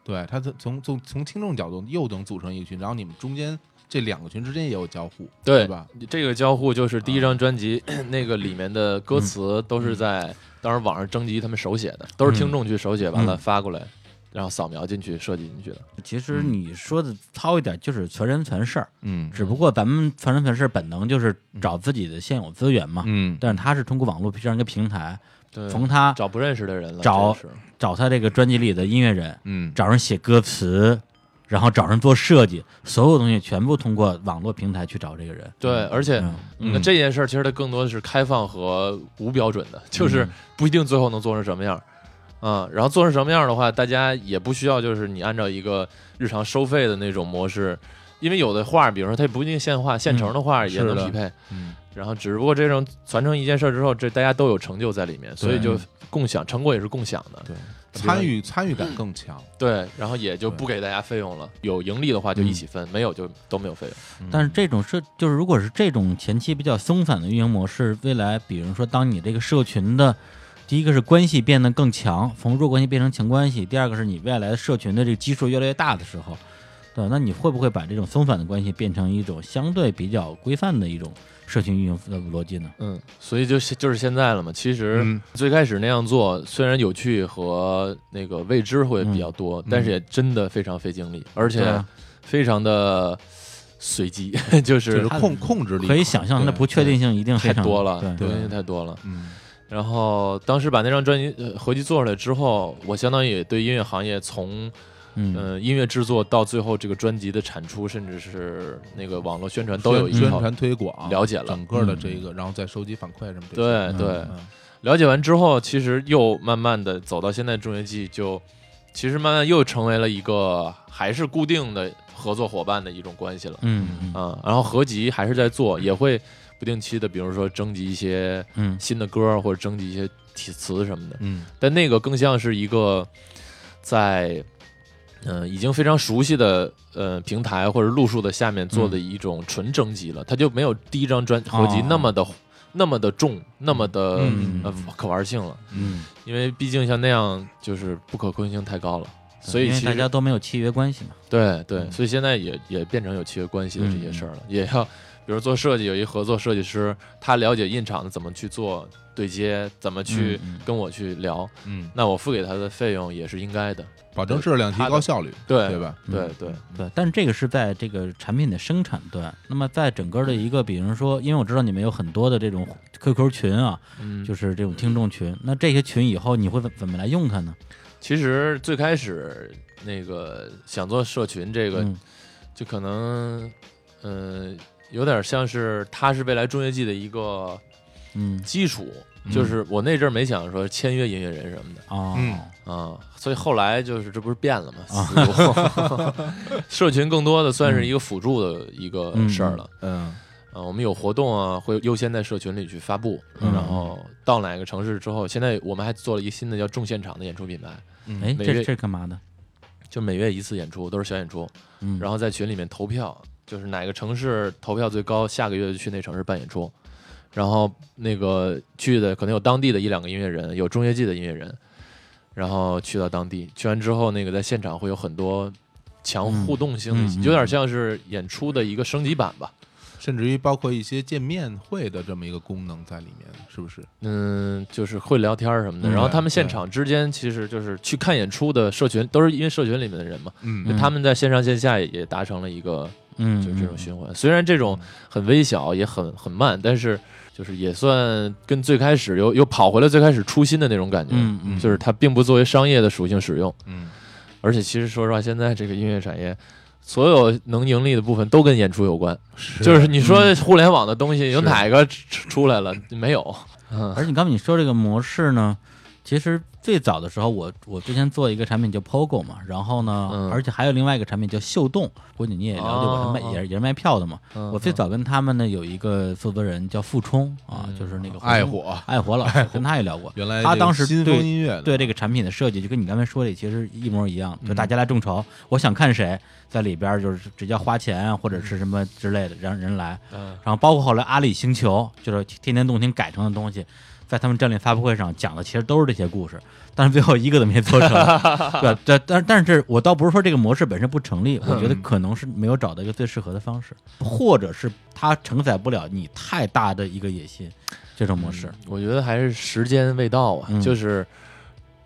S2: 对他从从从从听众角度又能组成一个群，然后你们中间这两个群之间也有交互，
S3: 对
S2: 吧？
S3: 这个交互就是
S1: 啊
S3: 第一张专辑、 那个里面的歌
S1: 嗯
S3: 词都是在当时网上征集他们手写的，都是听众去手写完了
S1: 嗯
S3: 发过来，然后扫描进去设计进去的。
S1: 其实你说的糙一点，就是全人全事儿，
S2: 嗯
S1: 只不过咱们全人全事儿本能就是找自己的现有资源嘛，
S2: 嗯
S1: 但是他是通过网络这样一个平台，
S3: 对，
S1: 从他
S3: 找不认识的人了，
S1: 找
S3: 这个是
S1: 找他这个专辑里的音乐人，
S2: 嗯，
S1: 找人写歌词，然后找人做设计，所有东西全部通过网络平台去找这个人。
S3: 对，而且
S1: 嗯
S3: 那这件事儿其实它更多的是开放和无标准的，就是不一定最后能做成什么样。嗯，然后做成什么样的话，大家也不需要就是你按照一个日常收费的那种模式，因为有的画，比如说它也不一定现画，现成的画也
S2: 是
S3: 能
S2: 的
S3: 匹配。
S2: 嗯
S3: 然后只不过这种传承一件事儿之后，这大家都有成就在里面，所以就共享成果也是共享的。
S2: 参与参与感更强。
S3: 对，然后也就不给大家费用了，有盈利的话就一起分，没有就都没有费用。
S2: 嗯
S1: 但是这种社就是，如果是这种前期比较松散的运营模式，未来比如说，当你这个社群的第一个是关系变得更强，从弱关系变成强关系；第二个是你未来的社群的这个基数越来越大的时候，对，那你会不会把这种松散的关系变成一种相对比较规范的一种社群运营的逻辑呢？
S3: 嗯，所以就是就是现在了嘛。其实
S2: 嗯
S3: 最开始那样做，虽然有趣和那个未知会比较多，但是也真的非常费精力，而
S1: 对
S3: 且
S1: 啊
S3: 非常的随机， 就是
S2: 就是控控制力
S1: 可以想象它的不确定性一定非
S3: 太
S1: 常
S3: 多了，
S1: 对，
S3: 东西太多了。
S2: 嗯
S3: 然后当时把那张专辑呃合集做出来之后，我相当于也对音乐行业从
S1: 嗯
S3: 呃音乐制作到最后这个专辑的产出，甚至是那个网络宣传都有一
S2: 宣
S3: 套。
S2: 传推广，
S3: 了解了
S2: 整个的这一个，然后再收集反馈什么这些。
S3: 对对
S2: 嗯，嗯
S3: 了解完之后，其实又慢慢的走到现在中乐季，就其实慢慢又成为了一个还是固定的合作伙伴的一种关系了。
S1: 嗯嗯
S3: 啊，然后合集还是在做，也会不定期的，比如说征集一些
S1: 嗯
S3: 新的歌儿或者征集一些题词什么的。
S2: 嗯，
S3: 但那个更像是一个在嗯、呃已经非常熟悉的呃平台或者路数的下面做的一种纯征集了，它就没有第一张专合集
S1: 嗯哦
S3: 那么的、那么的重，那么的、
S1: 嗯
S3: 呃可玩性了，
S1: 嗯，
S3: 因为毕竟像那样就是不可控性太高了。所
S1: 嗯
S3: 以
S1: 因
S3: 其
S1: 为
S3: 实
S1: 大家都没有契约关系嘛，
S3: 对对，
S1: 嗯
S3: 所以现在也也变成有契约关系的这些
S1: 嗯
S3: 事儿了，也要比如做设计，有一合作设计师，他了解印厂的怎么去做对接，怎么去
S1: 嗯嗯
S3: 跟我去聊，
S2: 嗯，
S3: 那我付给他的费用也是应该的，
S2: 保证质量，提高效率，
S3: 对
S2: 对？吧？
S3: 对对，
S1: 对，但是这个是在这个产品的生产端。那么在整个的一个，比如说，因为我知道你们有很多的这种 QQ 群啊，
S3: 嗯，
S1: 就是是这种听众群，那这些群以后你会怎怎么来用它呢？
S3: 其实最开始那个想做社群这个，
S1: 嗯
S3: 就可能嗯、呃有点像是它是未来中乐季的一个
S1: 嗯
S3: 基础，就是我那阵儿没想说签约音乐人什么的。
S1: 哦
S2: 嗯
S3: 啊、所以后来就是这不是变了吗？思路 社群更多的算是一个辅助的一个事儿了。
S2: 嗯
S3: 呃，我们有活动啊，会优先在社群里去发布，
S1: 嗯
S3: 然后到哪个城市之后，现在我们还做了一个新的叫“重现场”的演出品牌，
S2: 嗯
S1: 哎，
S3: 每
S1: 这
S3: 月
S1: 这是干嘛的？
S3: 就每月一次演出，都是小演出，
S1: 嗯，
S3: 然
S1: 后
S3: 后在群里面投票，就是哪个城市投票最高，下个月就去那城市办演出。然后那个去的可能有当地的一两个音乐人，有中乐季的音乐人，然后去到当地，去完之后，那个在现场会有很多强
S1: 嗯
S3: 互动性的，
S1: 嗯嗯
S3: 有点像是演出的一个升级版吧。
S2: 甚至于包括一些见面会的这么一个功能在里面，是不是？
S3: 嗯，就是会聊天儿什么的。
S1: 嗯
S3: 然后他们现
S2: 对
S3: 场之间其实就是去看演出的社群，都是因为社群里面的人嘛，
S2: 嗯
S3: 就他们在线上线下也也达成了一个
S1: 嗯，
S3: 就这种
S1: 嗯
S3: 循环。虽然这种很微小，也很很慢，但是就是也算跟最开始又又跑回了最开始初心的那种感觉。
S1: 嗯嗯，
S3: 就是它并不作为商业的属性使用，
S2: 嗯，
S3: 而且其实说实话，现在这个音乐产业。所有能盈利的部分都跟演出有关，就是你说
S1: 嗯
S3: 互联网的东西有哪个出出来了？没有，嗯
S1: 而且你刚才你说这个模式呢，其实最早的时候我，我之前做一个产品叫 POGO 嘛，然后呢，
S3: 嗯
S1: 而且还有另外一个产品叫秀动，估计你也了解，我是卖、
S3: 哦哦
S1: 也是也是卖票的嘛。
S3: 嗯
S1: 我最早跟他们呢有一个负责人叫付冲啊，
S3: 嗯
S1: 就是那个
S2: 爱火，
S1: 爱火老师，跟他也聊过。
S2: 原来
S1: 他
S2: 这个
S1: 当时
S2: 新风
S1: 对
S2: 音乐的
S1: 对这个产品的设计，就跟你刚才说的其实一模一样，就大家来众筹，我想看谁在里边，就是只要花钱啊或者是什么之类的，让人来。
S3: 嗯
S1: 然后包括后来阿里星球，就是天天动听改成的东西，在他们战略发布会上讲的其实都是这些故事，但是最后一个都没做成。对，但但但是我倒不是说这个模式本身不成立，我觉得可能是没有找到一个最适合的方式，或者是它承载不了你太大的一个野心，这种模式。
S3: 我觉得还是时间未到啊，
S1: 嗯
S3: 就是，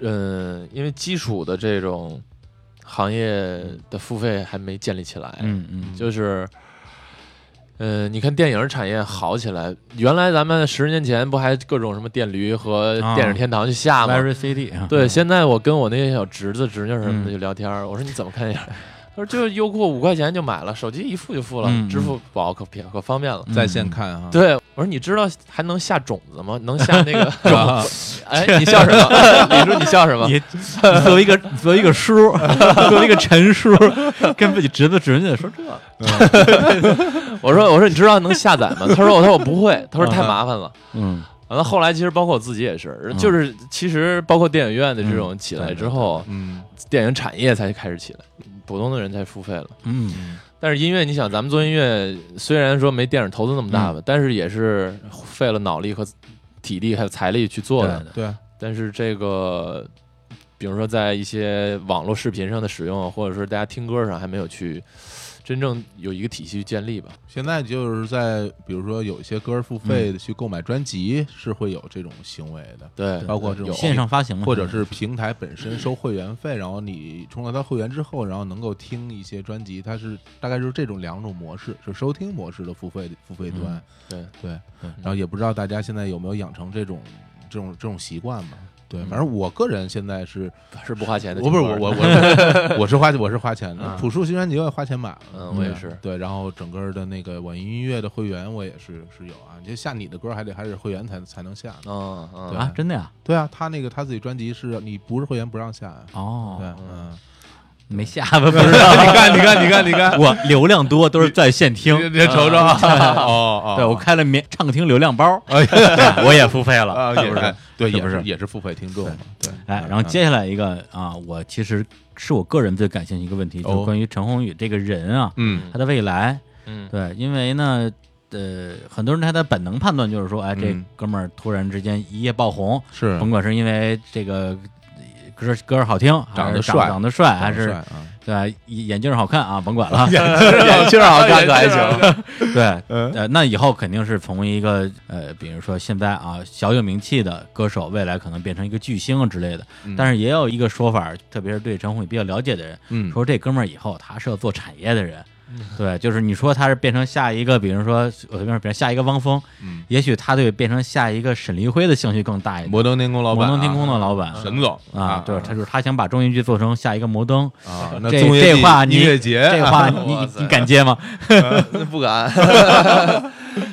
S3: 嗯、因为基础的这种行业的付费还没建立起来，
S1: 嗯嗯，
S3: 就是，嗯、你看电影产业好起来，原来咱们十年前不还各种什么电驴和
S1: 啊
S3: 电影天堂去下吗？
S1: Very CD 啊，
S3: 对，现在我跟我那些小侄子、侄女什么的
S1: 嗯
S3: 就聊天儿，我说你怎么看电影？他说就是优酷五块钱就买了，手机一付就付了，
S1: 嗯嗯
S3: 支付宝可便可方便了。
S2: 在线看啊哈，
S3: 对，我说你知道还能下种子吗？能下那个种子？ 哎，你笑什么？李叔，你笑什么？
S1: 你你作为一个 作为一个叔， 作为一个陈叔，跟自己侄子侄女说这，
S3: 我说我说你知道能下载吗？他说我说我不会，他说太麻烦了。
S1: 嗯
S3: 完了，后来其实包括我自己也是，就是其实包括电影院的这种起来之后，
S2: 嗯，
S3: 电影产业才开始起来，普通的人才付费了。
S1: 嗯
S3: 但是音乐，你想，咱们做音乐虽然说没电影投资那么大吧，但是也是费了脑力和体力还有财力去做的。
S2: 对，啊
S3: 但是这个，比如说在一些网络视频上的使用，或者说大家听歌上，还没有去真正有一个体系去建立吧。
S2: 现在就是在比如说有一些歌付费的去购买专辑是会有这种行为的，
S3: 对，
S2: 包括这种
S1: 线上发行嘛，
S2: 或者是平台本身收会员费，然后你充了他会员之后，然后能够听一些专辑，它是大概就是这种两种模式，是收听模式的付费付费端，
S3: 嗯
S2: 对对，
S3: 嗯
S2: 然后也不知道大家现在有没有养成这种这种这种习惯嘛。对，反正我个人现在是，
S3: 是不花钱的
S2: 我
S3: 情
S2: 不是
S3: 况。
S2: 我我我 我是花我是花钱的
S3: 啊，
S2: 朴树新专辑我也花钱买了，
S3: 嗯我也
S2: 对
S3: 是
S2: 对，然后整个的那个网易音乐的会员我也是是有啊，就下你的歌还得还是会员才才能下呢。
S3: 嗯嗯，
S1: 啊，真的呀？
S2: 对啊，他那个他自己专辑是你不是会员不让下啊。对，
S1: 哦，
S2: 嗯，
S1: 没下巴，不知 道。你看，你看，你看，你看，我流量多都是在线听，
S2: 别瞅瞅啊，哦 哦，
S1: 对我开了免唱歌听流量包，
S2: 哎
S1: 对 我也付费了，
S2: 啊，
S1: 是
S2: 也
S1: 不是
S2: 是？对，
S1: 是
S2: 也
S1: 不是
S2: 也是付费听众嘛，对，
S1: 哎，然后接下来一个啊，我其实是我个人最感兴趣一个问题，就是
S2: 哦
S1: 关于陈宏宇这个人啊，
S2: 嗯
S1: 他的未来。
S3: 嗯
S1: 对，因为呢，呃，很多人他的本能判断就是说，哎，这
S2: 嗯
S1: 哥们儿突然之间一夜爆红，
S2: 是
S1: 甭管是因为这个呃歌歌儿好听，还
S2: 长
S1: 是
S2: 得
S1: 长
S2: 帅
S1: 长得帅，还
S2: 长得帅
S1: 是
S2: 啊，
S1: 对眼镜儿好看啊，甭 管了，
S3: 眼镜好看可还行，
S1: 对。
S2: 嗯
S1: 呃，那以后肯定是从一个呃，比如说现在啊小有名气的歌手，未来可能变成一个巨星啊之类的。但是也有一个说法，特别是对陈虎比较了解的人，
S2: 嗯，
S1: 说这哥们儿以后他是要做产业的人，对，就是你说他是变成下一个，比如说我随便说，比如下一个汪峰，
S2: 嗯
S1: 也许他对变成下一个沈黎辉的兴趣更大一点。
S2: 摩登天空老
S1: 摩
S2: 板啊，
S1: 登天空的老板
S2: 沈总
S1: 啊，对，他就是他想把中音剧做成下一个摩登，
S2: 啊，那
S1: 这
S2: 综艺
S1: 这话你
S2: 音乐节，
S1: 这话
S2: 啊
S1: 你
S3: 哇
S1: 你
S3: 塞
S1: 你敢接吗？
S3: 不敢，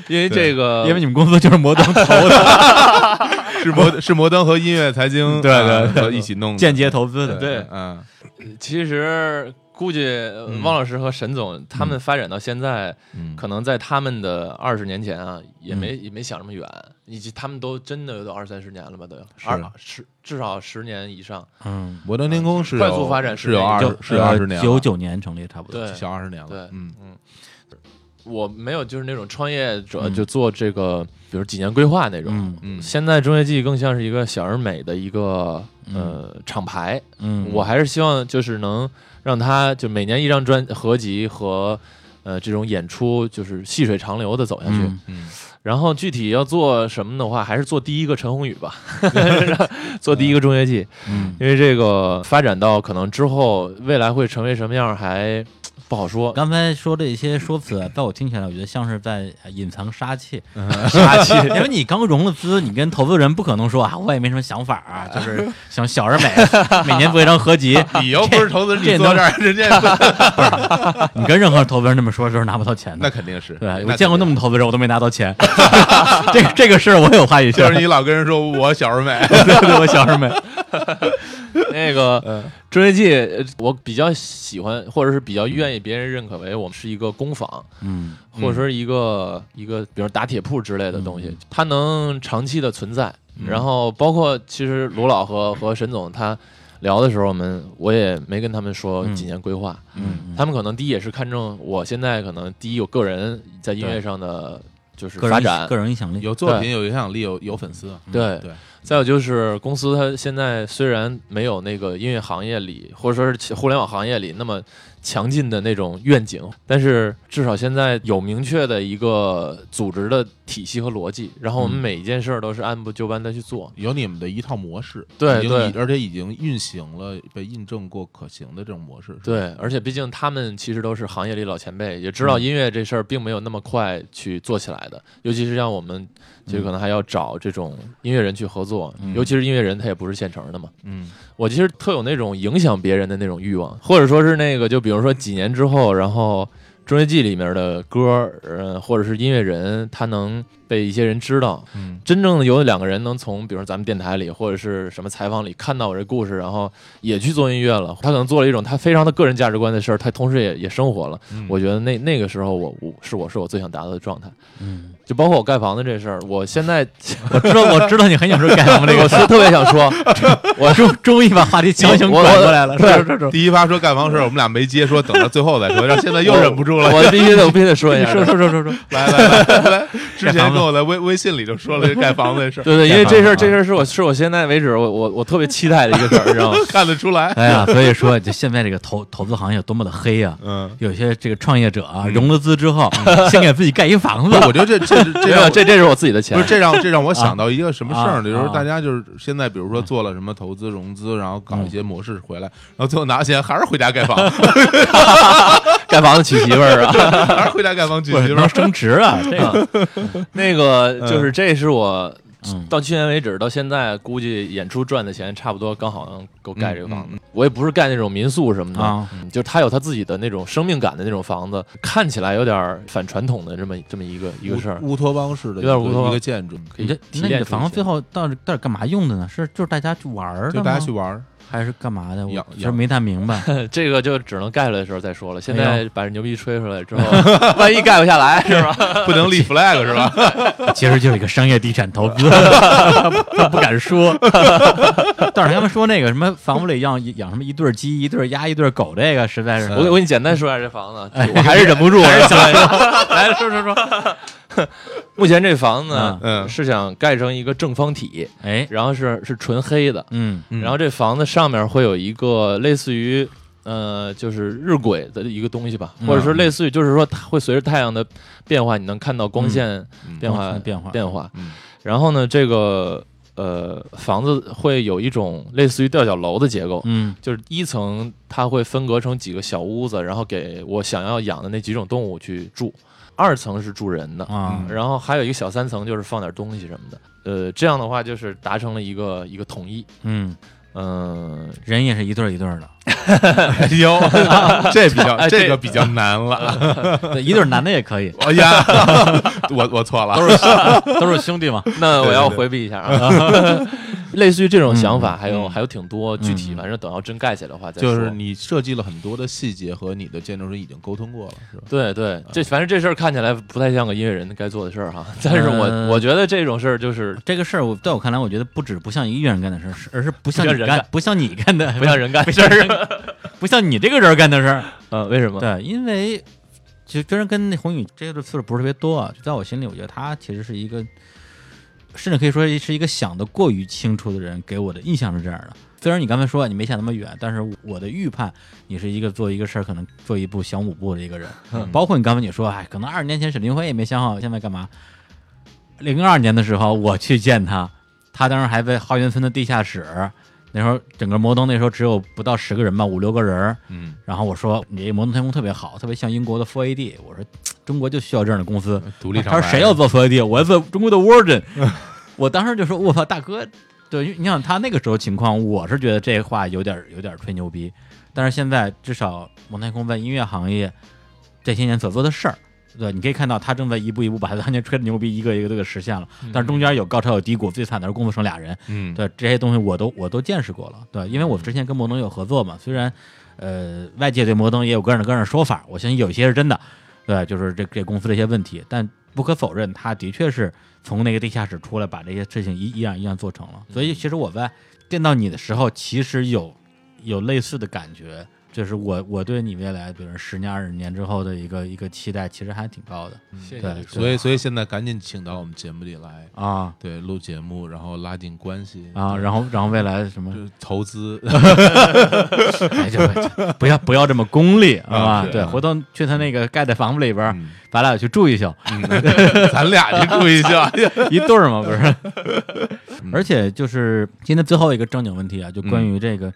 S3: 因为这个
S2: 呃
S1: 因为你们公司就是摩登 投的，
S2: 是摩是摩登和音乐财经
S1: 对对
S2: 啊合一起弄的
S1: 间接投资的，
S3: 对
S2: 嗯
S3: 其实估计呃
S1: 嗯
S3: 汪老师和沈总他们发展到现在，
S2: 嗯
S3: 可能在他们的二十年前啊，也没
S1: 嗯
S3: 也没想这么远，以及他们都真的都二三十年了吧，都有
S2: 是
S3: 二十至少十年以上。
S1: 嗯，
S2: 摩登天空是
S3: 快
S2: 有
S3: 速发展
S2: 是有
S3: 是
S2: 二
S1: 就呃
S2: 十有二十年了
S1: 九九年成立差不多，
S3: 对
S2: 小二十年了，
S3: 对
S2: 嗯
S3: 我没有就是那种创业者
S1: 嗯
S3: 就做这个，比如几年规划那种。
S1: 嗯
S2: 嗯，
S3: 现在中业记更像是一个小而美的一个呃厂牌，
S1: 嗯，
S3: 我还是希望就是能让他就每年一张专合集和呃这种演出就是细水长流的走下去。
S1: 嗯
S2: 嗯
S3: 然后具体要做什么的话，还是做第一个陈宏宇 吧，做第一个中学季，
S1: 嗯，
S3: 因为这个发展到可能之后未来会成为什么样还不好 说。
S1: 刚才说这些说辞啊，在我听起来，我觉得像是在呃隐藏杀气，
S3: 杀气
S1: 因为你刚融了资，你跟投资人不可能说啊，我也没什么想法啊，就是想小而美， 每年做一张合集。
S2: 你又不是投资人，
S1: 这
S2: 你坐这儿，人家
S1: 你跟任何投资人这么说，就是拿不到钱
S2: 那
S1: 的。
S2: 肯定是，
S1: 对，我
S2: 那
S1: 见过那么多投资人，我都没拿到钱。 这个这个事儿我有话语
S2: 肯定
S1: 权
S2: 是，就。是你老跟人说我小而美，
S1: 对对，我小而美。
S3: 那
S1: 嗯
S3: 个中学季，呃我比较喜欢，或者是比较愿意别人认可为我们是一个工坊，
S1: 嗯嗯
S3: 或者说一个、一个，比如打铁铺之类的东西，它能长期的存在。然后包括其实卢老和和沈总他聊的时候，我们我也没跟他们说
S1: 嗯
S3: 几年规划，
S1: 嗯，
S3: 他们可能第一也是看重我现在可能第一有个人在音乐上的就是
S1: 个
S3: 发
S1: 人
S3: 展
S1: 个，人影嗯响力。
S2: 有作
S3: 对
S2: 品，有影响力，有有粉丝，
S3: 对
S2: 对，
S3: 再有就是公司它现在虽然没有那个音乐行业里或者说是互联网行业里那么强劲的那种愿景，但是至少现在有明确的一个组织的体系和逻辑，然后我们
S1: 嗯
S3: 每一件事儿都是按部就班的去做。
S2: 有你们的一套模式，
S3: 对
S2: 已经
S3: 对
S2: 已而且已经运行了，被印证过可行的这种模式，是吧，
S3: 对，而且毕竟他们其实都是行业里老前辈，也知道音乐这事儿并没有那么快去做起来的，尤其是像我们，就可能还要找这种音乐人去合作，尤其是音乐人他也不是现成的嘛。
S2: 嗯
S3: 我其实特有那种影响别人的那种欲望，或者说是那个，就比如说几年之后，然后《中乐季》里面的歌，呃，或者是音乐人，他能被一些人知道，
S2: 嗯
S3: 真正的有两个人能从，比如说咱们电台里或者是什么采访里看到我这故事，然后也去做音乐了。他可能做了一种他非常的个人价值观的事儿，他同时也也生活了。
S1: 嗯
S3: 我觉得那那个时候我，我是我是我最想达到的状态。
S1: 嗯，
S3: 就包括我盖房子这事儿，我现在
S1: 我知道我知道你很想说干什么这
S3: 我
S1: 个
S3: 是 特别想说，
S1: 我终终于把话题强行
S3: 我
S1: 转过来了。
S3: 对
S1: 是是是，
S2: 第一发说干房事儿，我们俩没接，说等到最后再说，然 后现在又忍不住了，
S3: 我必须得我必须得说一下，
S1: 说说说说说，
S2: 来来来来，之前跟我在微微信里就说了这盖房子的事儿，
S3: 对对，因为这事
S1: 盖
S3: 儿
S1: 房
S3: 这事儿是我是我现在为止我我我特别期待的一个事儿，你知道吗？
S2: 看得出来，
S1: 哎呀，所以说就现在这个投投资行业有多么的黑啊！
S2: 嗯。
S1: 有些这个创业者啊，融了资之 后，先给自己盖一房
S2: 不
S1: 子
S2: 是，。我觉得这这 这
S3: 没
S2: 让
S3: 有，
S2: 我
S3: 这这是我自己的钱
S2: 不是，这 让这让我想到一个什么事儿呢？
S1: 啊
S2: 就是
S1: 啊嗯
S2: 大家就是现在，比如说做了什么投资融资，然后搞一些模式回来，然后最后拿钱还是回家盖 房，
S3: 盖房子娶媳妇儿 啊。
S2: 还是回家盖房娶
S1: 不是
S2: 媳妇
S1: 能
S2: 儿。
S3: 嗯
S1: 升值啊！这个
S2: 嗯
S3: 那个就是这是我。
S1: 嗯
S3: 到去年为止，到现在估计演出赚的钱差不多刚好能够盖这个房子。
S2: 嗯嗯
S3: 我也不是盖那种民宿什么的，
S1: 啊
S3: 嗯就是它有它自己的那种生命感的那种房子，看起来有点儿反传统的这么这么一个一个事儿。
S2: 乌乌托邦式的
S3: 有点
S2: 一个
S3: 乌托邦
S2: 一个建筑，
S3: 可以
S1: 你这
S3: 提
S1: 那你
S3: 炼
S1: 的
S3: 出
S1: 房
S3: 一
S1: 子
S3: 些
S1: 最后到底到底干嘛用的呢？是就是大家去玩儿的
S2: 就
S1: 吗？
S2: 大家去玩儿，
S1: 还是干嘛的？我
S2: 养
S1: 其实
S2: 养
S1: 没太明白。
S3: 这个就只能盖出来的时候再说了。现
S1: 哎
S3: 在把这牛逼吹出来之后，万一盖不下来是 吧？
S2: 不能立 flag 是吧？
S1: 其实就是一个商业地产投资， 他不敢说。 但是他们说那个什么房屋里养养什么一对儿鸡、一对儿鸭、一对儿狗，这个实在是
S3: 我呃给我给你简单说一下这房子，
S1: 哎
S3: 我还是忍不住，啊
S1: 还是
S3: 想来说， 来说说说。 目前这房子呢
S2: 嗯
S3: 是想盖成一个正方体，
S1: 哎，
S3: 然后是是纯黑的，
S1: 嗯
S2: 嗯
S3: 然后这房子上面会有一个类似于呃，就是日晷的一个东西吧，
S1: 嗯
S3: 或者是类似于，就是说它会随着太阳的变化，你能看到光线
S2: 嗯
S3: 变化、
S1: 光线变化
S3: 变化。
S2: 嗯
S3: 然后呢，这个呃房子会有一种类似于吊脚楼的结构。
S1: 嗯
S3: 就是一层，它会分隔成几个小屋子，然后给我想要养的那几种动物去住。二层是住人的，
S1: 啊，
S3: 然后还有一个小三层，就是放点东西什么的。呃，这样的话就是达成了一个一个统一。
S1: 嗯，
S3: 嗯，
S1: 人也是一对儿一对儿 的，
S2: 哎 呦，这比较
S3: 哎
S2: 这
S3: 这
S2: 个比较难了。
S1: 对一对儿男的也可 以，
S2: 哎呀， 我我错了，
S1: 都是都是兄弟嘛。
S3: 那我
S2: 对对
S3: 要
S2: 对
S3: 回避一下啊。 类似于这种想法，还有
S2: 嗯
S3: 还有挺多，具体
S1: 嗯
S3: 反正等要真盖起来的话再说。
S2: 就是你设计了很多的细节和你的建筑师已经沟通过了，是吧？
S3: 对
S1: 啊
S3: 对，这反正这事儿看起来不太像个音乐人该做的事儿哈。但是我
S1: 嗯
S3: 我觉得这种事儿就是
S1: 这个事儿，我在我看来，我觉得不止不像一个人干的事儿，是而是不像
S3: 不像
S1: 你
S3: 人
S1: 干
S3: 干，
S1: 不像你干的，
S3: 不像人干的事
S1: 不像
S3: 儿。
S1: 人，不像你这个人干的事儿。
S3: 嗯，为什么？
S1: 对，因为其实真人跟那宏宇接触的次数不是特别多啊，就在我心里，我觉得他其实是一个，甚至可以说是一个想的过于清楚的人，给我的印象是这样的。虽然你刚才说你没想那么远，但是我的预判，你是一个做一个事儿可能做一步想五步的一个人。包括你刚才你说，哎，可能二十年前沈凌辉哎也没想好现在干嘛。零二年的时候我去见他，他当时还在浩源村的地下室，那时候整个摩登那时候只有不到十个人吧，五六个人儿。
S2: 嗯，
S1: 然后我说你这摩登天空特别好，特别像英国的 4AD。我说嘖中国就需要这样的公司。
S2: 独立厂
S1: 他
S2: 牌。
S1: 说谁要做 4AD？我要做中国的 Virgin。我 当时就说我操，大哥，对，因为你想他那个时候情况，我是觉得这话有点有点吹牛逼。但是现在至少蒙太空在音乐行业这些年所做的事儿。对，你可以看到他正在一步一步把他当年吹的牛逼一个一个都给实现了，但是中间有高潮有低谷，最惨的是工作剩俩人，
S2: 嗯，
S1: 对这些东西我都我都见识过了，对，因为我之前跟摩登有合作嘛，虽然呃外界对摩登也有各种各样的说法，我相信有些是真的，对，就是这这公司的一些问题，但不可否认，他的确是从那个地下室出来，把这些事情一一样一样做成了。所以其实我在见到你的时候，其实有有类似的感觉，就是我我对你未来，比如十年二十年之后的一个一个期待，其实还挺高的
S3: 谢
S1: 对
S3: 谢
S1: 对
S2: 所以所以现在赶紧请到我们节目里来，
S1: 啊
S2: 对，录节目，然后拉近关系
S1: 啊，然后然后未来什么
S2: 就。是投资，
S1: 哎，就就不要不要这么功利，好吧？
S2: 是
S1: 对，
S2: 嗯
S1: 回头去他那个盖在房子里边儿，
S2: 嗯
S1: 咱俩去住一宿，
S2: 咱俩去注意一下。
S1: 一对儿嘛，不是？
S2: 嗯
S1: 而且就是今天最后一个正经问题啊，就关于这个、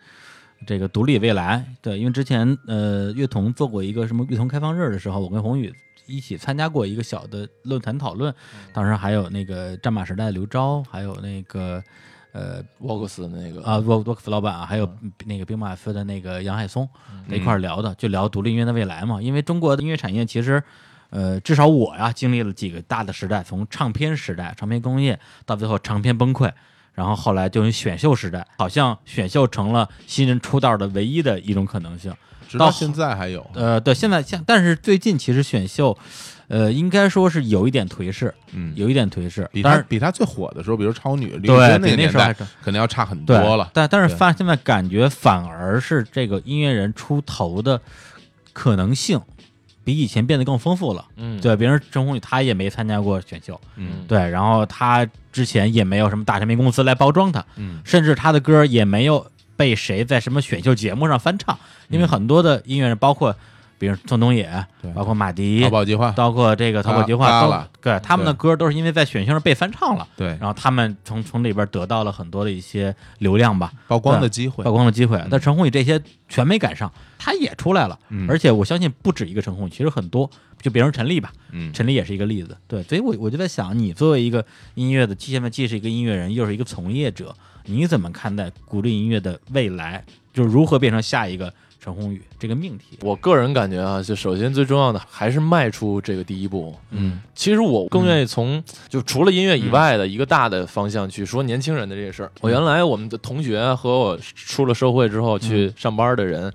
S1: 这个独立未来，对，因为之前呃，乐童做过一个什么乐童开放日的时候，我跟宏宇一起参加过一个小的论坛讨论，
S2: 嗯
S1: 当时还有那个战马时代的刘钊，还有那个呃
S3: 沃克斯的那个
S1: 啊，沃沃克斯老板啊，还有
S2: 嗯
S1: 那个兵马司的那个杨海松在一块儿聊的，就聊独立音乐的未来嘛。因为中国的音乐产业其实，呃，至少我呀经历了几个大的时代，从唱片时代、唱片工业到最后唱片崩溃，然后后来就有选秀时代，好像选秀成了新人出道的唯一的一种可能性。
S2: 直到
S1: 到
S2: 现在还有，
S1: 呃，对，现在现但是最近其实选秀，呃，应该说是有一点颓势，
S2: 嗯，
S1: 有一点颓势，
S2: 比
S1: 当
S2: 他
S1: 然。
S2: 比他最火的时候，比如超女、李宇
S1: 对
S2: 春
S1: 比
S2: 个
S1: 那
S2: 年
S1: 时候
S2: 代
S1: 还是，
S2: 肯定要差很
S1: 对
S2: 多了。
S1: 但但是
S2: 对
S1: 发现在感觉反而是这个音乐人出头的可能性比以前变得更丰富了。
S3: 嗯
S1: 对，别人郑红宇他也没参加过选秀，
S2: 嗯
S1: 对，然后他之前也没有什么大唱片公司来包装他，
S2: 嗯
S1: 甚至他的歌也没有被谁在什么选秀节目上翻唱，因为很多的音乐人，包括比如宋冬野
S2: 嗯对，
S1: 包括马迪
S2: 淘，宝计划，
S1: 包括这个淘宝计
S2: 嘎
S1: 划，
S2: 嘎
S1: 都
S2: 啦
S1: 对他们的歌都是因为在选秀上被翻唱了，
S2: 对，
S1: 然后他们从从里边得到了很多的一些流量吧，
S2: 曝光的机会
S1: 曝，光的机会。但陈鸿宇这些全没赶上，他也出来了，
S2: 嗯
S1: 而且我相信不止一个陈鸿宇，其实很多，就比如陈立吧，
S2: 嗯，
S1: 陈立也是一个例子。对，所以我我就在想，你作为一个音乐的，既现在既是一个音乐人，又是一个从业者，你怎么看待古典音乐的未来？就是如何变成下一个陈鸿宇这个命题？
S3: 我个人感觉啊，就首先最重要的还是迈出这个第一步。
S1: 嗯，
S3: 其实我更愿意从、就除了音乐以外的一个大的方向去说年轻人的这个事儿。我
S1: 嗯
S3: 原来我们的同学啊和我出了社会之后
S1: 嗯
S3: 去上班的人，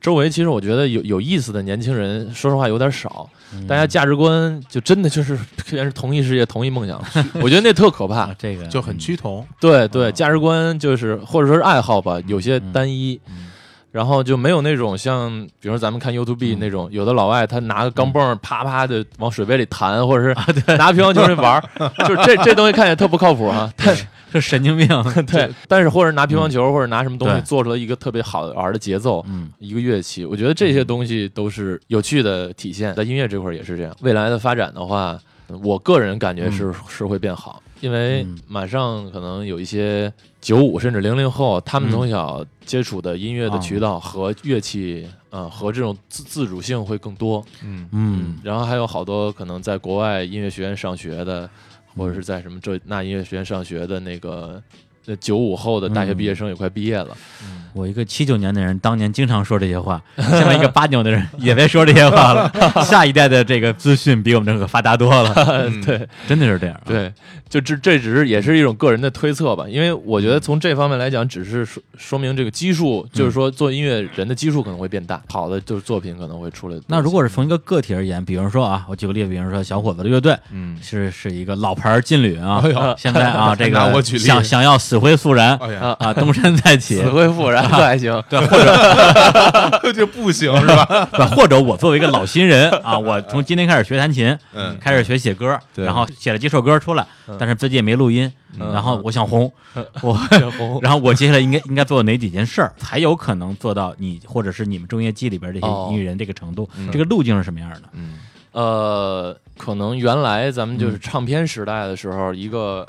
S3: 周围其实我觉得有有意思的年轻人，说实话有点少。
S1: 嗯
S3: 大家价值观就真的就是 全是同一世界、同一梦想，我觉得那特可怕
S1: 啊，。这个
S2: 就很趋同，
S3: 对对，
S1: 啊
S3: 价值观就是或者说是爱好吧，有些单一，
S1: 嗯
S3: 然后就没有那种像，比如说咱们看 YouTube 那种，有的老外他拿个钢镚儿啪啪的往水杯里弹，或者
S1: 啊
S3: 是拿乒乓球去玩儿，就是这这东西看起来特不靠谱啊。但是
S1: 是神经 病。
S3: 对，但是或者拿乒乓球或者拿什么东西
S1: 嗯对
S3: 做出来一个特别好玩的节奏，
S1: 嗯
S3: 一个乐器，我觉得这些东西都是有趣的体现，在音乐这块儿也是这样。未来的发展的话，我个人感觉是、是会变好，因为
S1: 嗯
S3: 马上可能有一些九五甚至零零后，他
S1: 嗯
S3: 们从小接触的音乐的
S1: 哦
S3: 渠道和乐器，啊、和这种自自主性会更多。
S2: 嗯，
S1: 嗯，
S3: 然后还有好多可能在国外音乐学院上学
S1: 嗯
S3: 的，或者是在什么浙那音乐学院上学的那个。呃，九五后的大
S1: 嗯
S3: 学毕业生也快毕业了，
S1: 我一个七九年的人，当年经常说这些话，现在一个八九 的人也别说这些话了。下一代的这个资讯比我们这个发达多 了，
S2: 嗯
S3: 对，
S1: 真的是这样啊。
S3: 对，就这这只是也是一种个人的推测吧，因为我
S1: 嗯
S3: 觉得从这方面来讲，只是说说明这个基数，就是说做音乐人的基数可能会变大，好的就是作品可能会出来多一些。
S1: 那如果是从一个个体而言，比如说啊，我举个例子，比如说小伙子的乐队，
S2: 嗯
S1: 是是一个老牌儿劲旅啊
S2: 哎呦，
S1: 现在啊，这
S2: 拿
S1: 个
S2: 我举例
S1: 想想要死灰复燃
S2: 哎呀，
S1: 啊，东山再 起
S3: 死，灰复 燃啊不还行，
S2: 这不行是吧？
S1: 不或者我作为一个老新人啊，我从今天开始学弹琴，
S2: 嗯
S1: 开始学写歌，
S2: 对
S1: 然后写了几首歌出来，但是自己也没录音，
S3: 嗯
S1: 然后我想红， 我
S3: 对红
S1: 然后我接下来应该应该做哪几件事儿，才有可能做到你或者是你们中业季里边这些
S3: 哦
S1: 音乐人这个程度？这个路径是什么样的？
S2: 嗯
S3: 呃，可能原来咱们
S1: 嗯
S3: 就是唱片时代的时候，一个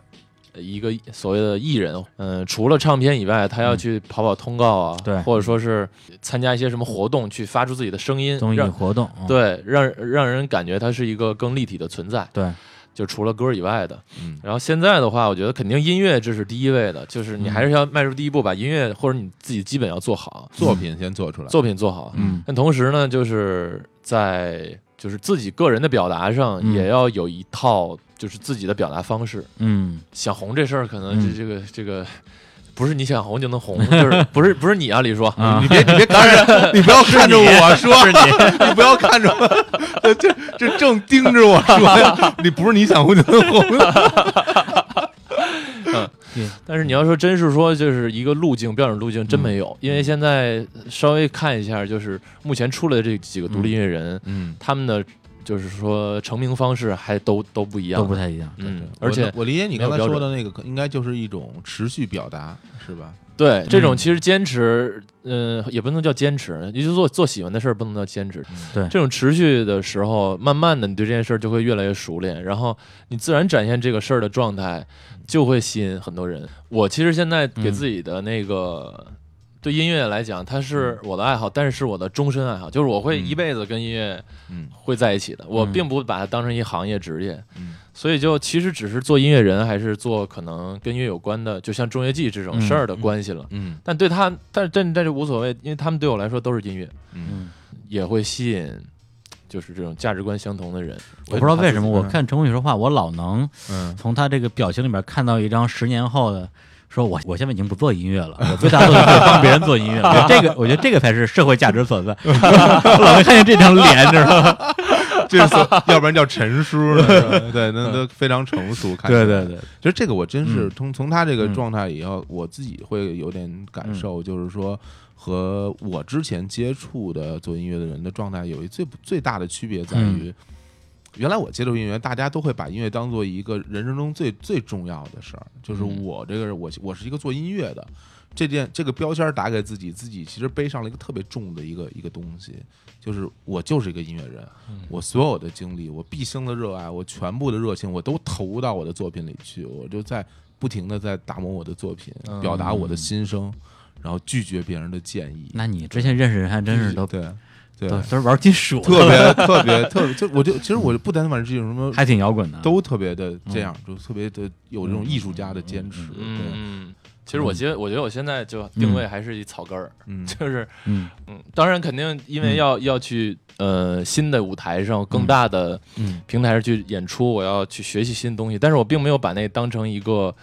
S3: 一个所谓的艺人，嗯、除了唱片以外，他要去跑跑通告啊，
S1: 嗯对
S3: 或者说是参加一些什么活动，去发出自己的声音，
S1: 综艺
S3: 让
S1: 活动，嗯
S3: 对让让人感觉他是一个更立体的存在。
S1: 对，
S3: 就除了歌以外的。
S2: 嗯
S3: 然后现在的话，我觉得肯定音乐这是第一位的，就是你还是要迈出第一步，把音乐或者你自己基本要做好，
S2: 作品先做出来，
S3: 作品做好。
S1: 嗯
S3: 但同时呢，就是在就是自己个人的表达上，
S1: 嗯
S3: 也要有一套就是自己的表达方式。
S1: 嗯
S3: 想红这事儿，可能
S1: 嗯
S3: 这这个这个。不是你想红就能红， 就是不是不是你啊，李叔，
S1: 啊
S2: 你别你别看着，你不要看着我说， 你不要看着我， 这这正盯着我说呀，你不是你想红就能红的，
S3: 但是你要说真是说就是一个路径标准路径，真没
S1: 嗯
S3: 有，因为现在稍微看一下，就是目前出来的这几个独立音乐人，
S2: 嗯，
S3: 他们的就是说成名方式还都都不一 样，
S1: 都不太一样。
S3: 嗯，而且
S2: 我理解你刚才说的那个，应该就是一种持续表达，是吧？
S3: 对这种
S1: 嗯
S3: 其实坚持，嗯、也不能叫坚持，也就是做做喜欢的事儿不能叫坚持。
S1: 嗯对
S3: 这种持续的时候，慢慢的你对这件事儿就会越来越熟练，然后你自然展现这个事儿的状态，就会吸引很多人。我其实现在给
S1: 嗯
S3: 自己的那个。对音乐来讲，它是
S1: 嗯
S3: 我的爱好，但是是我的终身爱好，就是我会
S2: 嗯
S3: 一辈子跟音乐
S2: 嗯
S3: 会在一起的。我
S1: 嗯
S3: 并不把它当成一行业职业，
S2: 嗯
S3: 所以就其实只是做音乐人，还是做可能跟音乐有关的，就像中乐季这种事儿的关系了。
S2: 嗯
S3: 但对他，但是但但是无所谓，因为他们对我来说都是音乐，
S2: 嗯，
S1: 嗯，
S3: 也会吸引就是这种价值观相同的人。
S1: 我不知道为什么，我看陈鸿宇说话，我老能
S2: 嗯
S1: 从他这个表情里面看到一张十年后的。说我我现在已经不做音乐 了，我最大做的就是帮别人做音乐了。我觉得这个我觉得这个才是社会价值所在。 我老能看见这张脸，你知道吗？
S2: 这是要不然叫陈叔呢，对，那都非常成熟，看
S1: 对对对，
S2: 其实这个我真是
S1: 嗯
S2: 从从他这个
S1: 嗯
S2: 状态以后，我自己会有点感受，就是说和
S1: 嗯
S2: 我之前接触的做音乐的人的状态有一最不最大的区别在于，原来我接触音乐，大家都会把音乐当做一个人生中最最重要的事儿。就是
S1: 嗯
S2: 我这个人我我是一个做音乐的，这件这个标签儿打给自己，自己其实背上了一个特别重的一个一个东西，就是我就是一个音乐人，
S1: 嗯
S2: 我所有的经历，我毕生的热爱，我全部的热情，我都投到我的作品里去，我就在不停的在打磨我的作品，
S1: 嗯
S2: 表达我的心声，然后拒绝别人的建议。
S1: 那你之前认识人还真是都
S2: 对对
S1: 都，都是玩金属的，
S2: 特别特别特别，就我就其实我就不单单玩这种什么，
S1: 还嗯挺摇滚的。
S2: 都特别的这样，就特别的有这种艺术家的坚持。对，
S3: 嗯，其实我觉我觉得我现在就定位还是一草根儿，
S2: 嗯
S3: 就是
S1: 嗯
S3: 嗯，当然肯定因为要、要去呃新的舞台上更大的
S1: 嗯
S3: 平台上去演出，我要去学习新东西，但是我并没有把那当成一个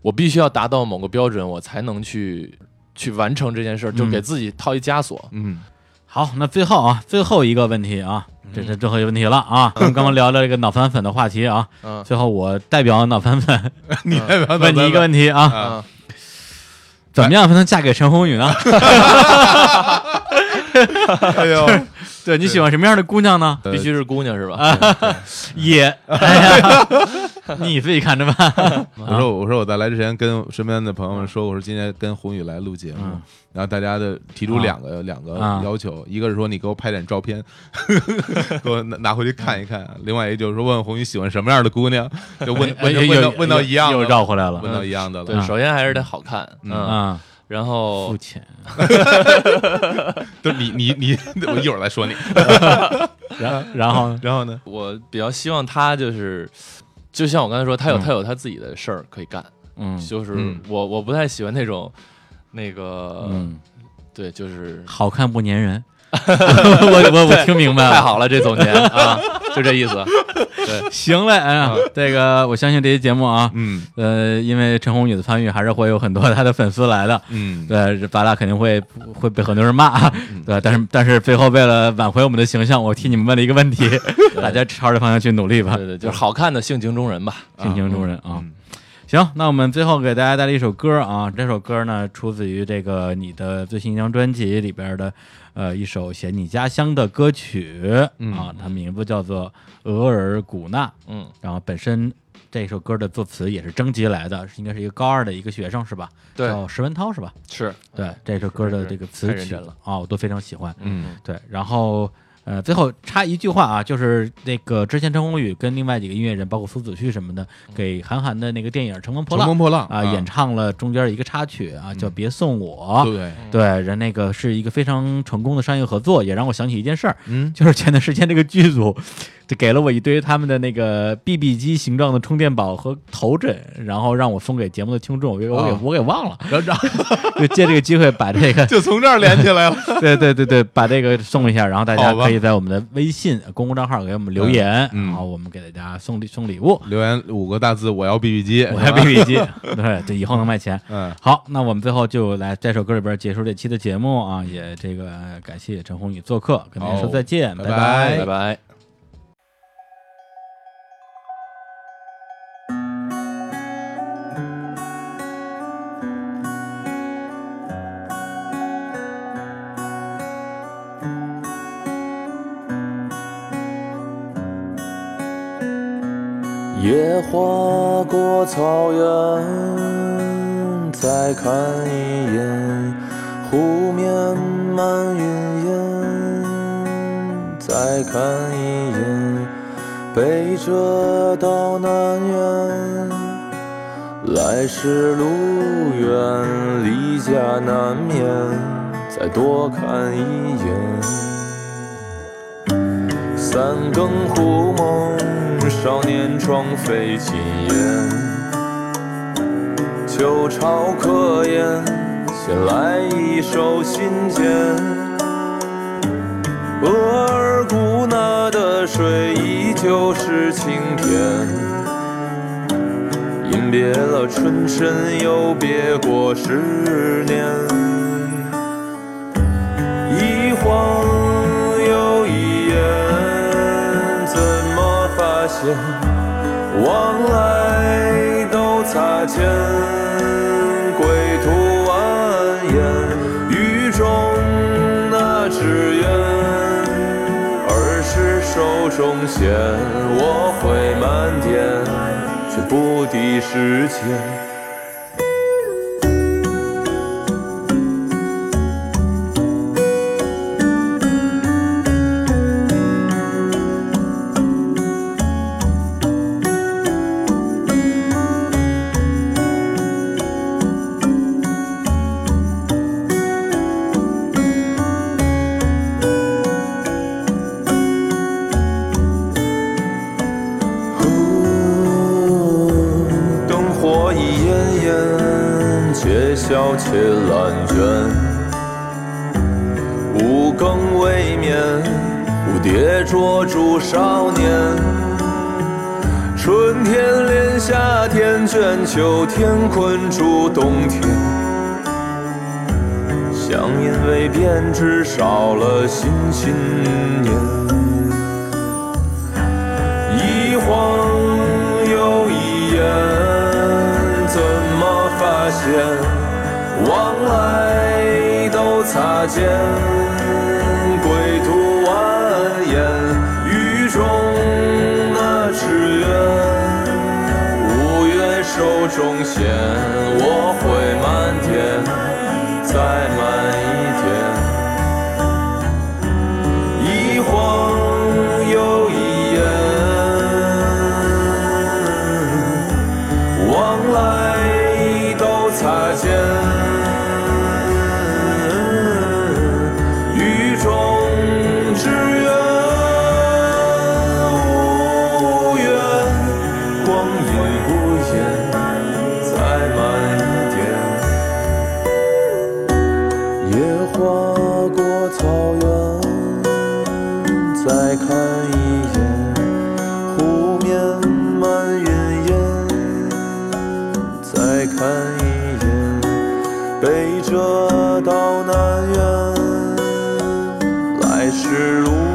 S3: 我必须要达到某个标准，我才能去去完成这件事儿，就
S1: 嗯
S3: 给自己套一枷锁。
S2: 嗯，
S1: 好，那最后啊，最后一个问题啊，这是最后一个问题了 啊。咱们刚刚聊了这个脑残粉的话题啊，
S3: 嗯
S1: 最后我代表脑残粉
S2: 你代 表
S1: 问你一个问题啊，
S3: 嗯，
S1: 怎么样才能嫁给陈宏宇呢？
S2: 哎呦，
S1: 对你喜欢什么样的姑娘呢？
S2: 呃
S3: 必须是姑娘是吧？
S1: 啊 也，哎呀， 你自己看着办。
S2: 我说我说我在来之前跟身边的朋友们说，我说今天跟宏宇来录节目
S1: 啊嗯，
S2: 然后大家的提出两个两个
S1: 啊
S2: 要求，一个是说你给我拍点照片， 给我拿拿回去看一 看，另外一个就是说问宏宇喜欢什么样的姑娘，就问
S1: 哎
S2: 问
S1: 又
S2: 问到
S1: 又
S2: 问到一样
S1: 又
S2: 的，
S1: 绕回来了
S2: 问到一样的
S3: 对，
S2: 了，
S3: 首先还是得好看，嗯，哦
S1: 啊，
S3: 然后
S1: 付钱。
S2: 就是你你你， 我一会儿来说你，
S1: 然然后呢？
S2: 然后呢？
S3: 我比较希望他就是，就像我刚才说，他有
S1: 嗯
S3: 他有他自己的事儿可以干，
S1: 嗯
S3: 就是
S2: 嗯
S3: 我我不太喜欢那种那个，
S1: 嗯，
S3: 对，就是
S1: 好看不粘 人。我我我听明白了，
S3: 太好了，这 总结啊，就这意思。嗯
S1: 行嘞，哎呀，这个我相信这期节目啊，
S2: 嗯
S1: 呃，因为陈宏宇的参与，还是会有很多他的粉丝来的。
S2: 嗯，
S1: 对，咱俩肯定会会被很多人骂，
S3: 嗯
S1: 对，但是但是最后为了挽回我们的形象，我替你们问了一个问题，大家朝着方向去努力吧
S3: 对，对，就是好看的性情中人吧。
S1: 性情中人啊。
S2: 嗯
S1: 行，那我们最后给大家带来一首歌啊，这首歌呢出自于这个你的最新一张专辑里边的呃一首写你家乡的歌曲、啊，它名字叫做《额尔古纳》，
S3: 嗯，
S1: 然后本身这首歌的作词也是征集来的，是应该是一个高二的一个学生是吧？
S3: 对
S1: 叫石文涛是吧？
S3: 是
S1: 对，这首歌的这个词
S3: 太认
S1: 曲
S3: 真
S1: 啊
S3: 了、
S1: 我都非常喜欢。
S2: 嗯
S1: 对，然后呃，最后插一句话啊，就是那个之前陈鸿宇跟另外几个音乐人，包括苏子旭什么的，给韩寒的那个电影《乘风破
S2: 嗯乘
S1: 浪
S2: 风》破浪嗯
S1: 啊演唱了中间一个插曲啊，叫《别送我》。
S2: 对，
S1: 对，人那个是一个非常成功的商业合作，也让我想起一件事儿，
S2: 嗯
S1: 就是前段时间这个剧组就给了我一堆他们的那个 BB 机形状的充电宝和头枕，然后让我送给节目的听众，我给我给、
S2: 啊
S1: 我给忘了，
S2: 然后然后
S1: 就借这个机会把这个
S2: 就从这儿连起来了，
S1: 对对对对，把这个送一下，然后大家
S2: 好吧
S1: 可以在我们的微信公共账号给我们留言，
S2: 嗯嗯嗯
S1: 然后我们给大家送礼送礼物，
S2: 留言五个大字，我要 BB 机，
S1: 我还 BB 机，对对，以后能卖钱。
S2: 嗯，
S1: 好，那我们最后就来这首歌里边结束这期的节目啊，也这个感谢陈宏宇做客，跟大家说再见，
S2: 好
S1: 拜
S2: 拜
S3: 拜拜。
S6: 夜划过草原，再看一眼湖面满云烟，再看一眼北辙到南辕，来时路远，离家难免，再多看一眼。三更胡梦，少年窗飞尽烟，秋潮客宴，闲来一首新笺。额尔古纳的水依旧是清甜，饮别了春深，又别过十年。一晃又一眼，怎么发现往来都擦肩，归途蜿蜒，雨中那纸鸢，儿时手中现，我会漫天，却不敌时间。灯火已奄奄，且消且阑珊。五更未眠，蝴蝶捉住少年。春天恋夏天，卷秋天困住冬天。相因为变质，少了新信念。一晃又一眼，怎么发现往来都擦肩，归途蜿蜒，雨中那只愿，五月手中线，我会漫天，再慢一天。一晃又一眼，往来都擦肩，雨中只愿无缘，光阴不言，再慢一点。野划过草原，再看一眼，湖面漫云烟，再看一眼，北辙到南辕，来时路。